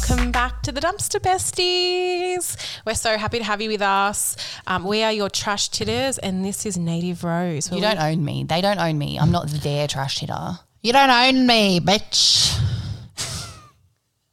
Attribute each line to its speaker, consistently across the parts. Speaker 1: to the Dumpster Besties. We're so happy to have you with us. Um, we are your trash titters, and this is Native Rose. where
Speaker 2: You
Speaker 1: we-
Speaker 2: don't own me. They don't own me. I'm not their trash hitter.
Speaker 3: You don't own me, bitch.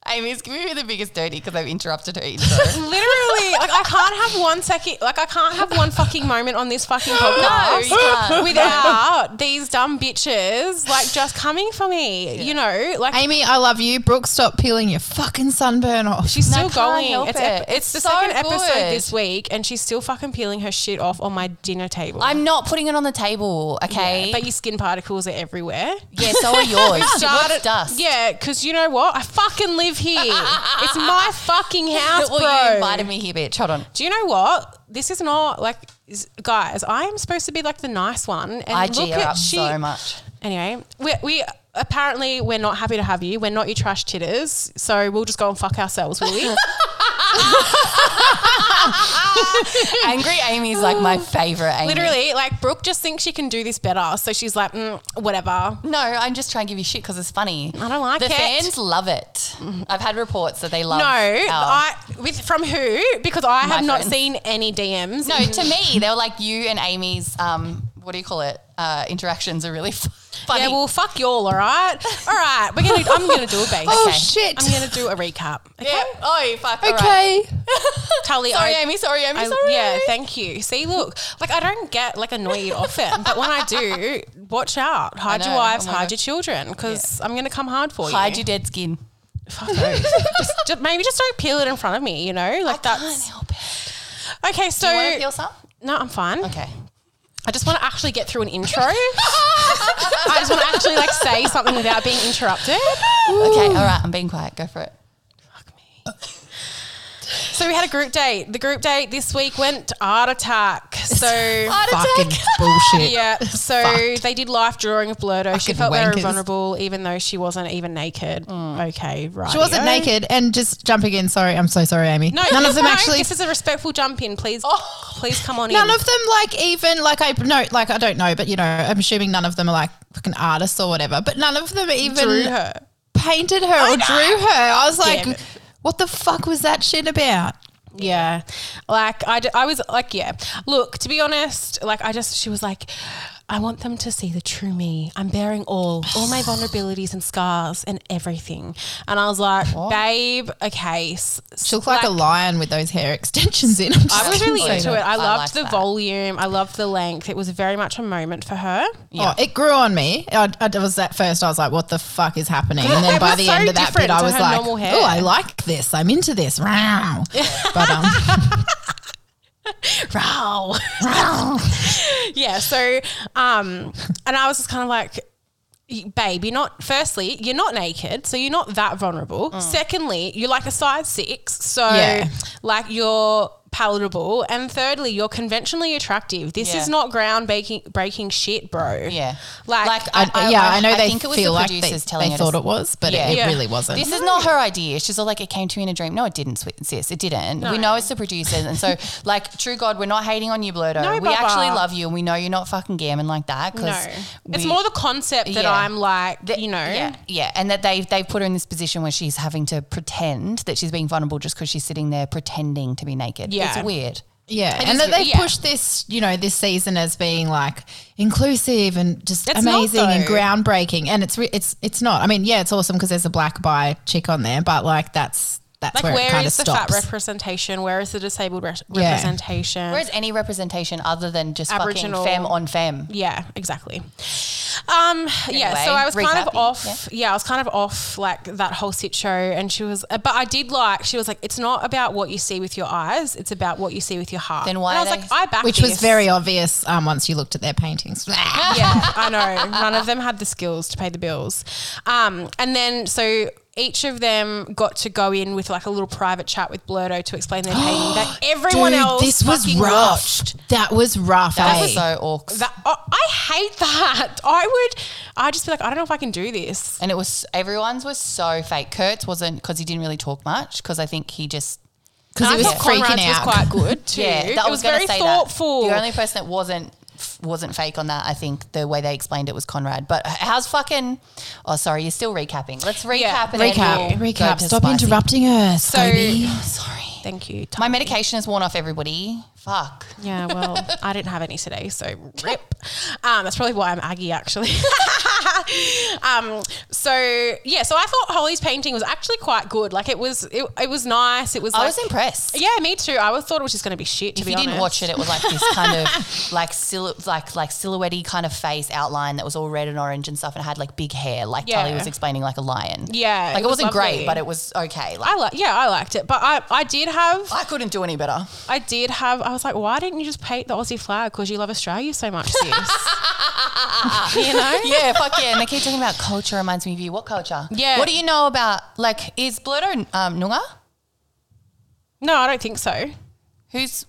Speaker 2: Amy's giving me the biggest dirty because I've interrupted her intro.
Speaker 1: Literally, like I can't have one second, like I can't have one fucking moment on this fucking podcast
Speaker 2: you can't.
Speaker 1: without these dumb bitches like just coming for me. You know, like
Speaker 3: Amy, I love you. Brooke, stop peeling your fucking sunburn off.
Speaker 1: she's
Speaker 2: And I
Speaker 1: still
Speaker 2: can't
Speaker 1: going.
Speaker 2: help
Speaker 1: It's,
Speaker 2: it.
Speaker 1: ep- it's the
Speaker 2: It's so
Speaker 1: second episode
Speaker 2: good.
Speaker 1: this week, and she's still fucking peeling her shit off on my dinner table.
Speaker 2: I'm not putting it on the table, okay?
Speaker 1: but your skin particles are everywhere.
Speaker 2: yeah, so are yours. What's dust?
Speaker 1: Yeah, because you know what? I fucking live here. it's my fucking house,
Speaker 2: Well,
Speaker 1: bro.
Speaker 2: you invited me here, bitch. Hold on.
Speaker 1: Do you know what? This is not like, is- guys. I am supposed to be like the nice one, and
Speaker 2: I
Speaker 1: look
Speaker 2: G her
Speaker 1: at
Speaker 2: up
Speaker 1: she.
Speaker 2: so much.
Speaker 1: Anyway, we, we apparently we're not happy to have you. We're not your trash titters, so we'll just go and fuck ourselves, will we?
Speaker 2: Angry Amy's like my favorite Amy.
Speaker 1: Literally, like Brooke just thinks she can do this better, so she's like, mm, whatever.
Speaker 2: No, I'm just trying to give you shit because it's funny.
Speaker 1: I don't like
Speaker 2: the
Speaker 1: it.
Speaker 2: The fans love it. I've had reports that they love
Speaker 1: No,
Speaker 2: our-
Speaker 1: I with from who? Because I
Speaker 2: Oh, My
Speaker 1: have not
Speaker 2: friends.
Speaker 1: seen any DMs.
Speaker 2: No, to me, they were like you and Amy's, um, what do you call it? Uh, interactions are really fu- funny.
Speaker 1: Yeah, well, fuck y'all. All right, all right. We're gonna. I'm gonna do a base.
Speaker 3: oh,
Speaker 2: okay.
Speaker 3: shit.
Speaker 1: I'm gonna do a recap. Okay,
Speaker 2: Yeah. Oh, fuck. all right.
Speaker 3: okay.
Speaker 1: Tully.
Speaker 2: Sorry,
Speaker 1: I-
Speaker 2: Amy. Sorry, Amy.
Speaker 1: I-
Speaker 2: sorry.
Speaker 1: Yeah, thank you. See, look, like I don't get like annoyed often, but when I do, watch out. Hide
Speaker 2: know.
Speaker 1: your wives,
Speaker 2: Oh my
Speaker 1: hide
Speaker 2: God.
Speaker 1: your children, because I'm going to come hard for
Speaker 2: Hide
Speaker 1: you.
Speaker 2: your dead skin.
Speaker 1: Fuck those. just, just- maybe just don't peel it in front of me. You know, like that's
Speaker 2: help it.
Speaker 1: okay. So
Speaker 2: Do you want to peel some?
Speaker 1: no, I'm fine.
Speaker 2: Okay.
Speaker 1: I just want to actually get through an intro. I just want to actually like say something without being interrupted.
Speaker 2: Okay. All right. I'm being quiet. Go for it.
Speaker 1: Fuck me. So we had a group date. The group date this week went art attack. So
Speaker 3: Fucking bullshit.
Speaker 1: yeah, so they did life drawing of Blurdo. She
Speaker 3: Fucking
Speaker 1: felt very
Speaker 3: wankers. Mm.
Speaker 1: vulnerable, even though she wasn't even naked. Okay, right.
Speaker 3: She wasn't naked. And just jumping in. Sorry. I'm so sorry, Amy. none of them
Speaker 1: no,
Speaker 3: actually. Oh.
Speaker 1: This is a respectful jump in. Please, please come on
Speaker 3: None
Speaker 1: in.
Speaker 3: of them, like even like I no, like I don't know, but you know, I'm assuming none of them are like fucking artists or whatever. But none of them even
Speaker 1: Drew her.
Speaker 3: painted her or drew her. I was
Speaker 1: Damn
Speaker 3: like,
Speaker 1: it.
Speaker 3: what the fuck was that shit about?
Speaker 1: Yeah. Like, I, d- I was like, yeah. Look, to be honest, like, I just, she was like, I want them to see the true me. I'm bearing all, all my vulnerabilities and scars and everything. And I was like, babe, okay. s-
Speaker 3: She looked like, a lion with those hair extensions in. I'm just
Speaker 1: I was
Speaker 3: gonna
Speaker 1: really
Speaker 3: say
Speaker 1: into
Speaker 3: that.
Speaker 1: it. I
Speaker 2: I
Speaker 1: loved
Speaker 2: liked
Speaker 1: the
Speaker 2: that.
Speaker 1: volume. I loved the length. It was very much a moment for her.
Speaker 3: Oh, it grew on me. I, I it was at first. I was like, "What the fuck is happening?" And then
Speaker 1: It
Speaker 3: by
Speaker 1: was
Speaker 3: the
Speaker 1: so
Speaker 3: end of that
Speaker 1: different
Speaker 3: bit, I
Speaker 1: to
Speaker 3: was
Speaker 1: her
Speaker 3: like,
Speaker 1: normal hair.
Speaker 3: "Oh, I like this. I'm into this." Wow. but um,
Speaker 1: Wow. yeah. So, um, and I was just kind of like, y- babe, you're not, firstly, you're not naked. So you're not that vulnerable. Secondly, you're like a size six. So,
Speaker 3: Mm. Yeah.
Speaker 1: like, you're palatable. And thirdly, you're conventionally attractive. This
Speaker 2: Yeah.
Speaker 1: is not ground breaking, breaking shit, bro.
Speaker 2: Yeah.
Speaker 1: Like,
Speaker 3: I, yeah, I, know they
Speaker 2: think it was
Speaker 3: feel
Speaker 2: the
Speaker 3: like they,
Speaker 2: producers
Speaker 3: they
Speaker 2: telling her to
Speaker 3: thought it was, but
Speaker 2: Yeah.
Speaker 3: it, it
Speaker 1: Yeah.
Speaker 3: really wasn't.
Speaker 2: This is not her idea. She's all like, it came to me in a dream. No, it didn't, sweet sis. It didn't. We know it's the producers. And so, like, true God, we're not hating on you, Blurdo.
Speaker 1: No,
Speaker 2: we
Speaker 1: Baba.
Speaker 2: actually love you and we know you're not fucking gammon like that.
Speaker 1: no.
Speaker 2: Cause
Speaker 1: it's
Speaker 2: we-
Speaker 1: more the concept that
Speaker 2: Yeah.
Speaker 1: I'm like,
Speaker 2: that-
Speaker 1: you know.
Speaker 2: Yeah, yeah. And that they've, they've put her in this position where she's having to pretend that she's being vulnerable just because she's sitting there pretending to be naked.
Speaker 1: Yeah.
Speaker 2: It's weird.
Speaker 3: yeah,
Speaker 1: It
Speaker 3: and
Speaker 1: is
Speaker 3: that they
Speaker 1: re- yeah.
Speaker 3: pushed this, you know, this season as being like inclusive and just
Speaker 1: It's not,
Speaker 3: amazing and
Speaker 1: though.
Speaker 3: groundbreaking. And it's re- it's it's not. I mean, yeah, it's awesome because there's a black bi chick on there, but like that's that's
Speaker 1: Like,
Speaker 3: where, it
Speaker 1: where
Speaker 3: kind of
Speaker 1: is the fat
Speaker 3: stops.
Speaker 1: representation? Where is the disabled re-
Speaker 3: Yeah.
Speaker 1: representation?
Speaker 2: Whereas any representation other than just
Speaker 1: Aboriginal-
Speaker 2: fucking femme on femme.
Speaker 1: Yeah, exactly. Um, yeah, so
Speaker 2: Anyway,
Speaker 1: I was kind of
Speaker 2: recapping,
Speaker 1: off. Yeah. I was kind of off like that whole sit show, and she was, but I did like she was like, it's not about what you see with your eyes, it's about what you see with your heart.
Speaker 2: Then why
Speaker 1: And I was
Speaker 2: are
Speaker 1: like,
Speaker 2: they-
Speaker 1: I back
Speaker 3: which was
Speaker 1: this.
Speaker 3: very obvious um, once you looked at their paintings.
Speaker 1: yeah, I know. None of them had the skills to pay the bills. Um, and then so each of them got to go in with like a little private chat with Blurdo to explain their painting that everyone
Speaker 3: Dude,
Speaker 1: else
Speaker 3: this was
Speaker 1: fucking
Speaker 3: rough.
Speaker 1: watched.
Speaker 3: That was rough.
Speaker 2: That
Speaker 3: eh?
Speaker 2: was so awkward.
Speaker 1: That, oh, I hate that. I would, I just be like, I don't know if I can do this.
Speaker 2: And it was everyone's was so fake. Kurt's wasn't because he didn't really talk much because I think he just
Speaker 3: because
Speaker 1: And
Speaker 3: it was
Speaker 1: I thought
Speaker 3: freaking
Speaker 1: Conrad's
Speaker 3: out.
Speaker 1: was quite good too.
Speaker 2: yeah. that- I
Speaker 1: it was, very
Speaker 2: gonna say that.
Speaker 1: thoughtful.
Speaker 2: The only person that wasn't f- wasn't fake on that. I think the way they explained it was Conrad. But how's fucking? Oh, sorry, you're still recapping. Let's recap.
Speaker 1: Yeah,
Speaker 2: and then
Speaker 3: Recap.
Speaker 2: we'll go
Speaker 3: Recap.
Speaker 2: to
Speaker 3: Stop
Speaker 2: spicy. Oh,
Speaker 3: interrupting us.
Speaker 1: So-
Speaker 3: baby.
Speaker 2: Sorry.
Speaker 1: Thank you. Tom.
Speaker 2: My medication has worn off. Everybody. Fuck.
Speaker 1: Yeah, well, I didn't have any today, so rip. Um, that's probably why I'm Aggie, actually. um, so yeah, so I thought Holly's painting was actually quite good. Like it was, it, it was nice. It was.
Speaker 2: I
Speaker 1: like-
Speaker 2: was impressed.
Speaker 1: Yeah, me too. I was- thought it was just going to be shit. To
Speaker 2: if
Speaker 1: be
Speaker 2: you didn't
Speaker 1: honest.
Speaker 2: watch it, it was like this kind of like silhou- like like silhouette kind of face outline that was all red and orange and stuff, and had like big hair. Like
Speaker 1: Yeah.
Speaker 2: Tully was explaining, like a lion.
Speaker 1: Yeah,
Speaker 2: like it,
Speaker 1: it was
Speaker 2: wasn't
Speaker 1: lovely.
Speaker 2: great, but it was okay. Like
Speaker 1: I like, yeah, I liked it, but I, I did have,
Speaker 2: I couldn't do any better.
Speaker 1: I did have. I was like, why didn't you just paint the Aussie flag? Because you love Australia so much, sis. you know.
Speaker 2: yeah, fuck yeah. And they keep talking about culture reminds me of you. What culture?
Speaker 1: Yeah.
Speaker 2: What do you know about like is Blurdo um Noongar?
Speaker 1: No, I don't think so.
Speaker 2: Who's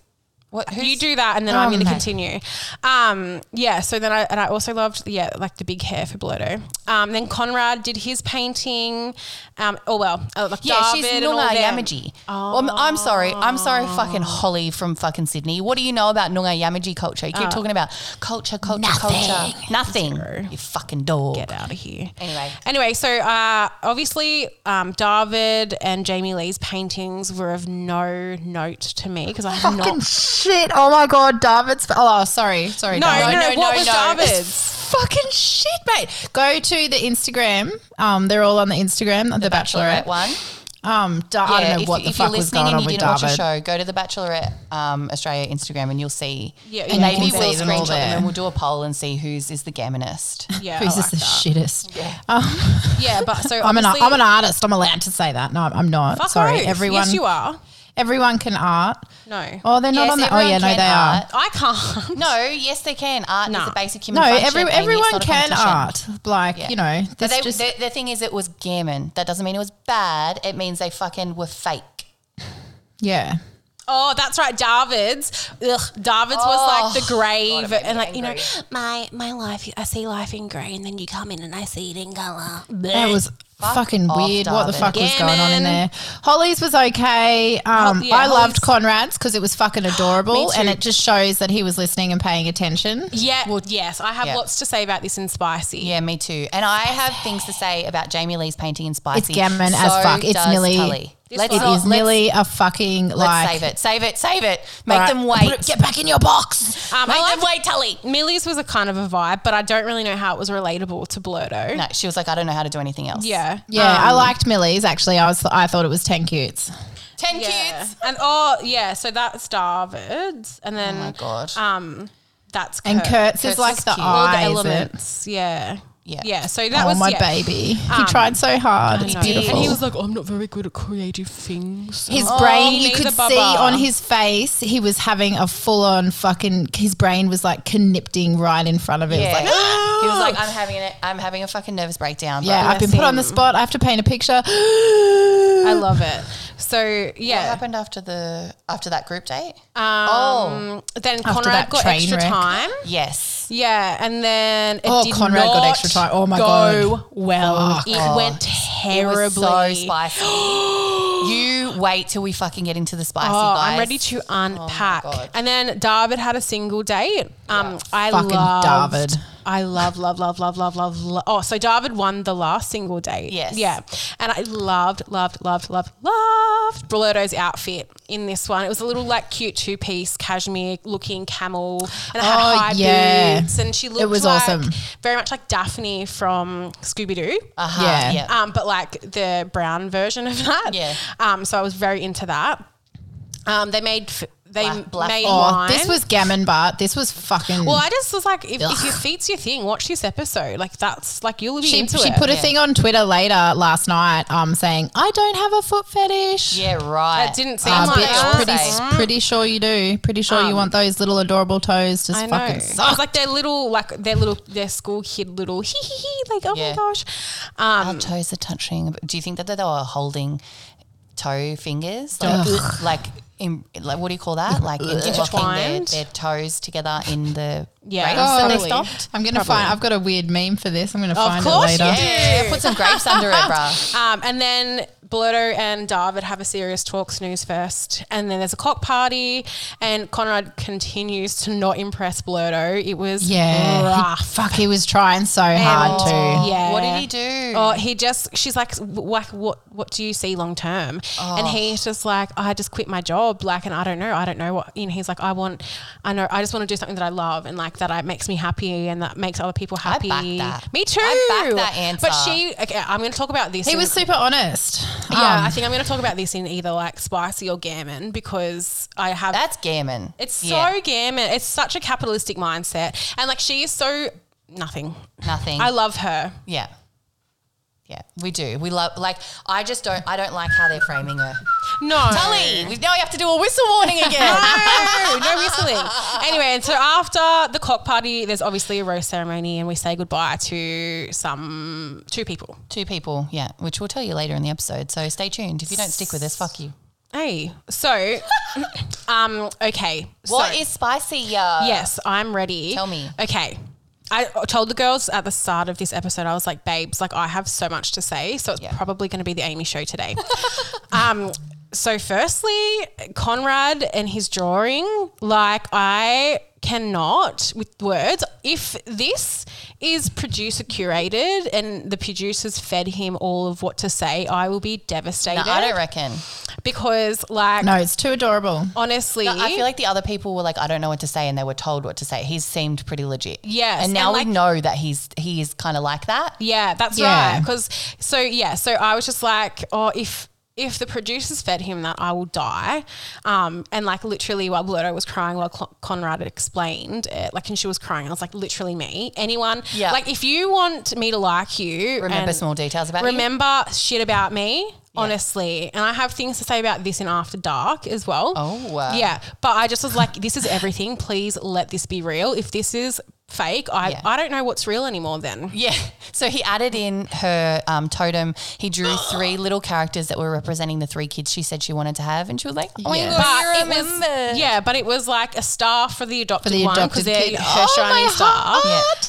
Speaker 2: what who's
Speaker 1: you do that and then
Speaker 3: Oh,
Speaker 1: I'm going to
Speaker 3: mate.
Speaker 1: continue. Um, yeah. So then I, and I also loved, yeah, like the big hair for Blurdo. Um, then Conrad did his painting. Um, oh, well, uh, like
Speaker 2: Yeah,
Speaker 1: David
Speaker 2: she's
Speaker 1: and all
Speaker 2: Noongar
Speaker 1: them.
Speaker 2: Yamaji. Oh. I'm, I'm sorry. I'm sorry, fucking Holly from fucking Sydney. What do you know about Noongar Yamaji culture? You
Speaker 1: Uh.
Speaker 2: keep talking about culture, culture, culture. Nothing. You fucking dog.
Speaker 1: Get out of here.
Speaker 2: Anyway.
Speaker 1: Anyway, so uh, obviously, um, David and Jamie Lee's paintings were of no note to me because I have
Speaker 3: Fucking
Speaker 1: not.
Speaker 3: shit. Oh my God. David's. Oh, sorry. Sorry.
Speaker 1: No, no,
Speaker 3: David.
Speaker 1: no,
Speaker 2: no,
Speaker 1: What
Speaker 2: no,
Speaker 1: was
Speaker 2: no.
Speaker 1: David's?
Speaker 3: Fucking shit, mate. Go to the Instagram. Um, they're all on the Instagram, The, Bachelorette.
Speaker 2: Bachelorette one.
Speaker 3: Um, Da- I
Speaker 2: Yeah,
Speaker 3: don't know
Speaker 2: if,
Speaker 3: what the
Speaker 2: if
Speaker 3: fuck
Speaker 2: you're
Speaker 3: was
Speaker 2: listening
Speaker 3: going
Speaker 2: and
Speaker 3: on
Speaker 2: you
Speaker 3: with
Speaker 2: didn't watch a
Speaker 3: David.
Speaker 2: show, go to the Bachelorette um, Australia Instagram and you'll see.
Speaker 1: Yeah,
Speaker 2: and
Speaker 1: yeah.
Speaker 3: You
Speaker 2: maybe
Speaker 3: can
Speaker 2: we'll
Speaker 3: see them all
Speaker 2: screenshot them
Speaker 3: there.
Speaker 2: and we'll do a poll and see who's is the gammonest.
Speaker 1: Yeah, I
Speaker 3: Who's
Speaker 1: like
Speaker 3: just the
Speaker 1: that.
Speaker 3: shittest? Um,
Speaker 1: yeah, but so
Speaker 3: I'm an, ar-
Speaker 1: obviously-
Speaker 3: I'm an artist. I'm allowed to say that. No, I'm not.
Speaker 1: Fuck
Speaker 3: Sorry,
Speaker 1: oath.
Speaker 3: everyone.
Speaker 1: Yes, you are.
Speaker 3: Everyone can art.
Speaker 1: No,
Speaker 3: Oh, they're not
Speaker 2: Yes,
Speaker 3: on the. Oh yeah,
Speaker 2: everyone
Speaker 3: no,
Speaker 2: can
Speaker 3: they
Speaker 2: art.
Speaker 1: I can't.
Speaker 2: No, yes, they can. Art is
Speaker 1: Nah.
Speaker 2: a basic
Speaker 3: are.
Speaker 2: human
Speaker 3: No,
Speaker 2: function.
Speaker 3: every,
Speaker 2: Amy. It's
Speaker 3: everyone
Speaker 2: not a
Speaker 3: can
Speaker 2: competition.
Speaker 3: art. Like
Speaker 2: Yeah.
Speaker 3: you know,
Speaker 2: But
Speaker 3: there's
Speaker 2: they,
Speaker 3: just
Speaker 2: the, the thing is, it was gammon. That doesn't mean it was bad. It means they fucking were fake.
Speaker 3: yeah.
Speaker 1: Oh, that's right, David's. Ugh, David's
Speaker 2: Oh,
Speaker 1: was like the grave,
Speaker 2: God, it made me
Speaker 1: and like you know,
Speaker 2: angry.
Speaker 1: my my life. I see life in grey, and then you come in and I see it in colour.
Speaker 3: That was fucking
Speaker 2: off,
Speaker 3: weird. What the
Speaker 2: David.
Speaker 3: fuck was going on in there? Holly's was okay. Um,
Speaker 1: yeah,
Speaker 3: I loved
Speaker 1: Holly's-
Speaker 3: Conrad's because it was fucking adorable,
Speaker 1: too.
Speaker 3: and it just shows that he was listening and paying attention.
Speaker 1: Yeah, yes, I have
Speaker 2: yeah.
Speaker 1: lots to say about this in spicy.
Speaker 2: Yeah, me too. And I have things to say about Jamie Lee's painting in Spicy.
Speaker 3: It's gammon as fuck. It's
Speaker 2: does
Speaker 3: nearly-
Speaker 2: Tully.
Speaker 1: This
Speaker 2: Let's
Speaker 1: was-
Speaker 3: It
Speaker 2: not-
Speaker 3: is nearly a fucking
Speaker 2: Let's
Speaker 3: like.
Speaker 2: save it. Save it. Save it. Make
Speaker 3: Alright,
Speaker 2: them wait.
Speaker 3: put it- Get back in your box.
Speaker 1: Um,
Speaker 2: Make
Speaker 1: I
Speaker 2: them
Speaker 1: liked-
Speaker 2: wait, Tully.
Speaker 1: Millie's was a kind of a vibe, but I don't really know how it was relatable to Blurdo.
Speaker 2: No, she was like, I don't know how to do anything else.
Speaker 1: Yeah, Um,
Speaker 3: Yeah, I
Speaker 2: Um,
Speaker 3: liked Millie's actually. I was I thought it was ten cutes.
Speaker 2: Ten
Speaker 1: yeah.
Speaker 2: kids.
Speaker 1: and oh yeah, so that's David's, and then
Speaker 2: Oh my god.
Speaker 1: um, that's
Speaker 3: And
Speaker 1: Kurt.
Speaker 3: Kurt's is
Speaker 2: Kurt's
Speaker 3: like
Speaker 2: is
Speaker 3: the
Speaker 2: cute.
Speaker 1: all the
Speaker 3: eye. is it?
Speaker 1: elements. Yeah,
Speaker 2: Yeah.
Speaker 1: yeah. So that
Speaker 3: oh
Speaker 1: was
Speaker 3: my
Speaker 1: yeah.
Speaker 3: baby, he tried so hard. It's
Speaker 1: No.
Speaker 3: beautiful.
Speaker 2: Oh.
Speaker 1: And he was like, I'm not very good at creative things.
Speaker 3: his
Speaker 1: Oh,
Speaker 3: brain,
Speaker 1: me
Speaker 3: you could
Speaker 1: neither,
Speaker 3: see
Speaker 1: Bubba.
Speaker 3: on his face, he was having a full on fucking. His brain was like connipting right in front of it. It was
Speaker 2: Yeah.
Speaker 3: like, "Ah!"
Speaker 2: He was like, I'm having an, I'm having a fucking nervous breakdown. but
Speaker 3: yeah, I've been
Speaker 1: Bless
Speaker 3: put on the
Speaker 1: him.
Speaker 3: spot. I have to paint a picture.
Speaker 1: I love it. So
Speaker 2: What
Speaker 1: yeah,
Speaker 2: happened after the after that group date?
Speaker 3: Uh,
Speaker 1: um, then Conrad
Speaker 3: Oh. that
Speaker 1: got
Speaker 3: train
Speaker 1: extra
Speaker 3: wreck.
Speaker 1: time.
Speaker 2: yes.
Speaker 1: Yeah, and then it
Speaker 3: Oh,
Speaker 1: did
Speaker 3: Conrad got
Speaker 1: not
Speaker 3: extra time. Oh my
Speaker 1: go
Speaker 3: God.
Speaker 1: well.
Speaker 3: Fuck.
Speaker 1: It
Speaker 2: Oh,
Speaker 1: went
Speaker 2: It
Speaker 1: terribly.
Speaker 2: was so spicy. you wait till we fucking get into the spicy,
Speaker 1: Oh,
Speaker 2: guys.
Speaker 1: I'm ready to unpack.
Speaker 3: Oh
Speaker 2: God.
Speaker 1: and then David had a single date. Um, I
Speaker 3: Fucking
Speaker 1: loved,
Speaker 3: David.
Speaker 1: I love, love, love, love, love, love, lo- Oh, so David won the last single date.
Speaker 2: Yes.
Speaker 1: Yeah. And I loved, loved, loved, loved, loved Blurto's outfit in this one. It was a little like cute two piece cashmere looking camel and it had
Speaker 3: Oh,
Speaker 1: high
Speaker 3: yeah.
Speaker 1: boots. And she looked
Speaker 3: was
Speaker 1: like,
Speaker 3: awesome.
Speaker 1: very much like Daphne from Scooby Doo.
Speaker 2: Uh-huh,
Speaker 3: Yeah.
Speaker 2: yeah.
Speaker 1: Um, but like the brown version of that.
Speaker 2: Yeah.
Speaker 1: Um, so I was very into that. Um, they made f- they
Speaker 2: Black- black
Speaker 1: made
Speaker 3: Oh,
Speaker 1: wine.
Speaker 3: this was gammon, but this was fucking.
Speaker 1: well, I just was like, if, if your feet's your thing, watch this episode. Like that's like you'll be
Speaker 3: she,
Speaker 1: into
Speaker 3: she
Speaker 1: it.
Speaker 3: put a
Speaker 2: Yeah.
Speaker 3: thing on Twitter later last night, um, saying I don't have a foot fetish.
Speaker 2: Yeah, right.
Speaker 1: That didn't seem
Speaker 3: Uh,
Speaker 1: like that.
Speaker 3: bitch, pretty, pretty sure you do. Pretty sure you want those little adorable toes. Just
Speaker 1: I know.
Speaker 3: fucking
Speaker 1: It's
Speaker 3: suck.
Speaker 1: like their little, like their little, their school kid little hee hee hee. Like oh
Speaker 2: Yeah.
Speaker 1: my gosh.
Speaker 2: Our
Speaker 1: Um,
Speaker 2: toes are touching. Do you think that they were holding toe fingers? Like, like, in, like what do you call that? Like interlocking their,
Speaker 1: Intertwined.
Speaker 2: their toes together in the
Speaker 1: Yeah.
Speaker 2: Right?
Speaker 1: So they
Speaker 3: Totally.
Speaker 1: stopped.
Speaker 3: Oh, I'm gonna find. I've got a weird meme for this. I'm gonna
Speaker 1: Of
Speaker 3: find
Speaker 1: course
Speaker 3: it
Speaker 1: you
Speaker 3: later.
Speaker 1: do.
Speaker 2: Yeah, put some grapes under it, bruh.
Speaker 1: Um, and then Blurto and David have a serious talk snooze first. And then there's a cock party, and Conrad continues to not impress Blurto. It was
Speaker 3: Yeah, he-
Speaker 1: rough.
Speaker 3: fuck, he was trying so hard to.
Speaker 1: Yeah.
Speaker 2: What did he do?
Speaker 1: Oh, he just. She's like, like, what? What do you see long term?
Speaker 2: Oh.
Speaker 1: And he's just like, I just quit my job, like, and I don't know, I don't know what. You know, he's like, I want, I know, I just want to do something that I love and like that I, makes me happy and that makes other people
Speaker 2: back
Speaker 1: happy.
Speaker 2: that.
Speaker 1: Me too.
Speaker 2: I back that answer.
Speaker 1: But she, okay, I'm going to talk about this.
Speaker 3: He
Speaker 1: in-
Speaker 3: was super honest.
Speaker 1: yeah,
Speaker 3: Um,
Speaker 1: I think I'm going to talk about this in either like spicy or gammon because I have.
Speaker 2: That's gammon.
Speaker 1: it's so
Speaker 2: Yeah,
Speaker 1: gammon. It's such a capitalistic mindset, and like she is so nothing.
Speaker 2: nothing.
Speaker 1: I love her.
Speaker 2: yeah. Yeah, we do. We love like I just don't I don't like how they're framing her.
Speaker 1: No,
Speaker 2: Tully, we now we have to do a whistle warning again.
Speaker 1: no, no whistling. Anyway, and so after the cock party, there's obviously a rose ceremony, and we say goodbye to some two people.
Speaker 2: Two people, yeah, which we'll tell you later in the episode. So stay tuned. If you don't stick with us, fuck you.
Speaker 1: Hey, so, um, okay,
Speaker 2: What
Speaker 1: so,
Speaker 2: is spicy? Yeah.
Speaker 1: Yes, I'm ready.
Speaker 2: Tell me.
Speaker 1: Okay. I told the girls at the start of this episode, I was like, babes, like I have so much to say. So it's
Speaker 2: Yeah.
Speaker 1: probably going to be the Amy show today. um, so, firstly, Conrad and his drawing, like I cannot with words. If this is producer curated and the producers fed him all of what to say, I will be
Speaker 2: No,
Speaker 1: devastated.
Speaker 2: I don't reckon.
Speaker 1: because, like,
Speaker 3: no, it's too adorable.
Speaker 1: honestly,
Speaker 2: I feel like the other people were like, I don't know what to say, and they were told what to say. He seemed pretty legit.
Speaker 1: Yes,
Speaker 2: and now
Speaker 1: and like-
Speaker 2: we know that he's he is kind of like that.
Speaker 1: Yeah, that's
Speaker 3: Yeah.
Speaker 1: right. Because so yeah, so I was just like, oh, if if the producers fed him that, I will die. Um, and like literally, while Blurto was crying, while Con- Conrad had explained it, like, and she was crying, I was like, literally me. Anyone,
Speaker 2: Yeah.
Speaker 1: Like, if you want me to like you,
Speaker 2: Remember
Speaker 1: and
Speaker 2: small details about him.
Speaker 1: remember shit about me. Honestly, and I have things to say about this in After Dark as well.
Speaker 2: Oh, wow.
Speaker 1: yeah. But I just was like, this is everything. Please let this be real. If this is fake, I,
Speaker 2: Yeah.
Speaker 1: I don't know what's real anymore. Then
Speaker 2: Yeah. So he added in her um, totem. He drew three little characters that were representing the three kids she said she wanted to have, and she was like, "Oh my
Speaker 3: Yeah.
Speaker 2: god,
Speaker 1: but
Speaker 2: you
Speaker 1: it was
Speaker 2: remember?"
Speaker 1: yeah, but it was like a star for the adopted,
Speaker 3: the
Speaker 1: one because
Speaker 3: adopted
Speaker 1: they're
Speaker 3: kid.
Speaker 1: her shining star,
Speaker 2: heart.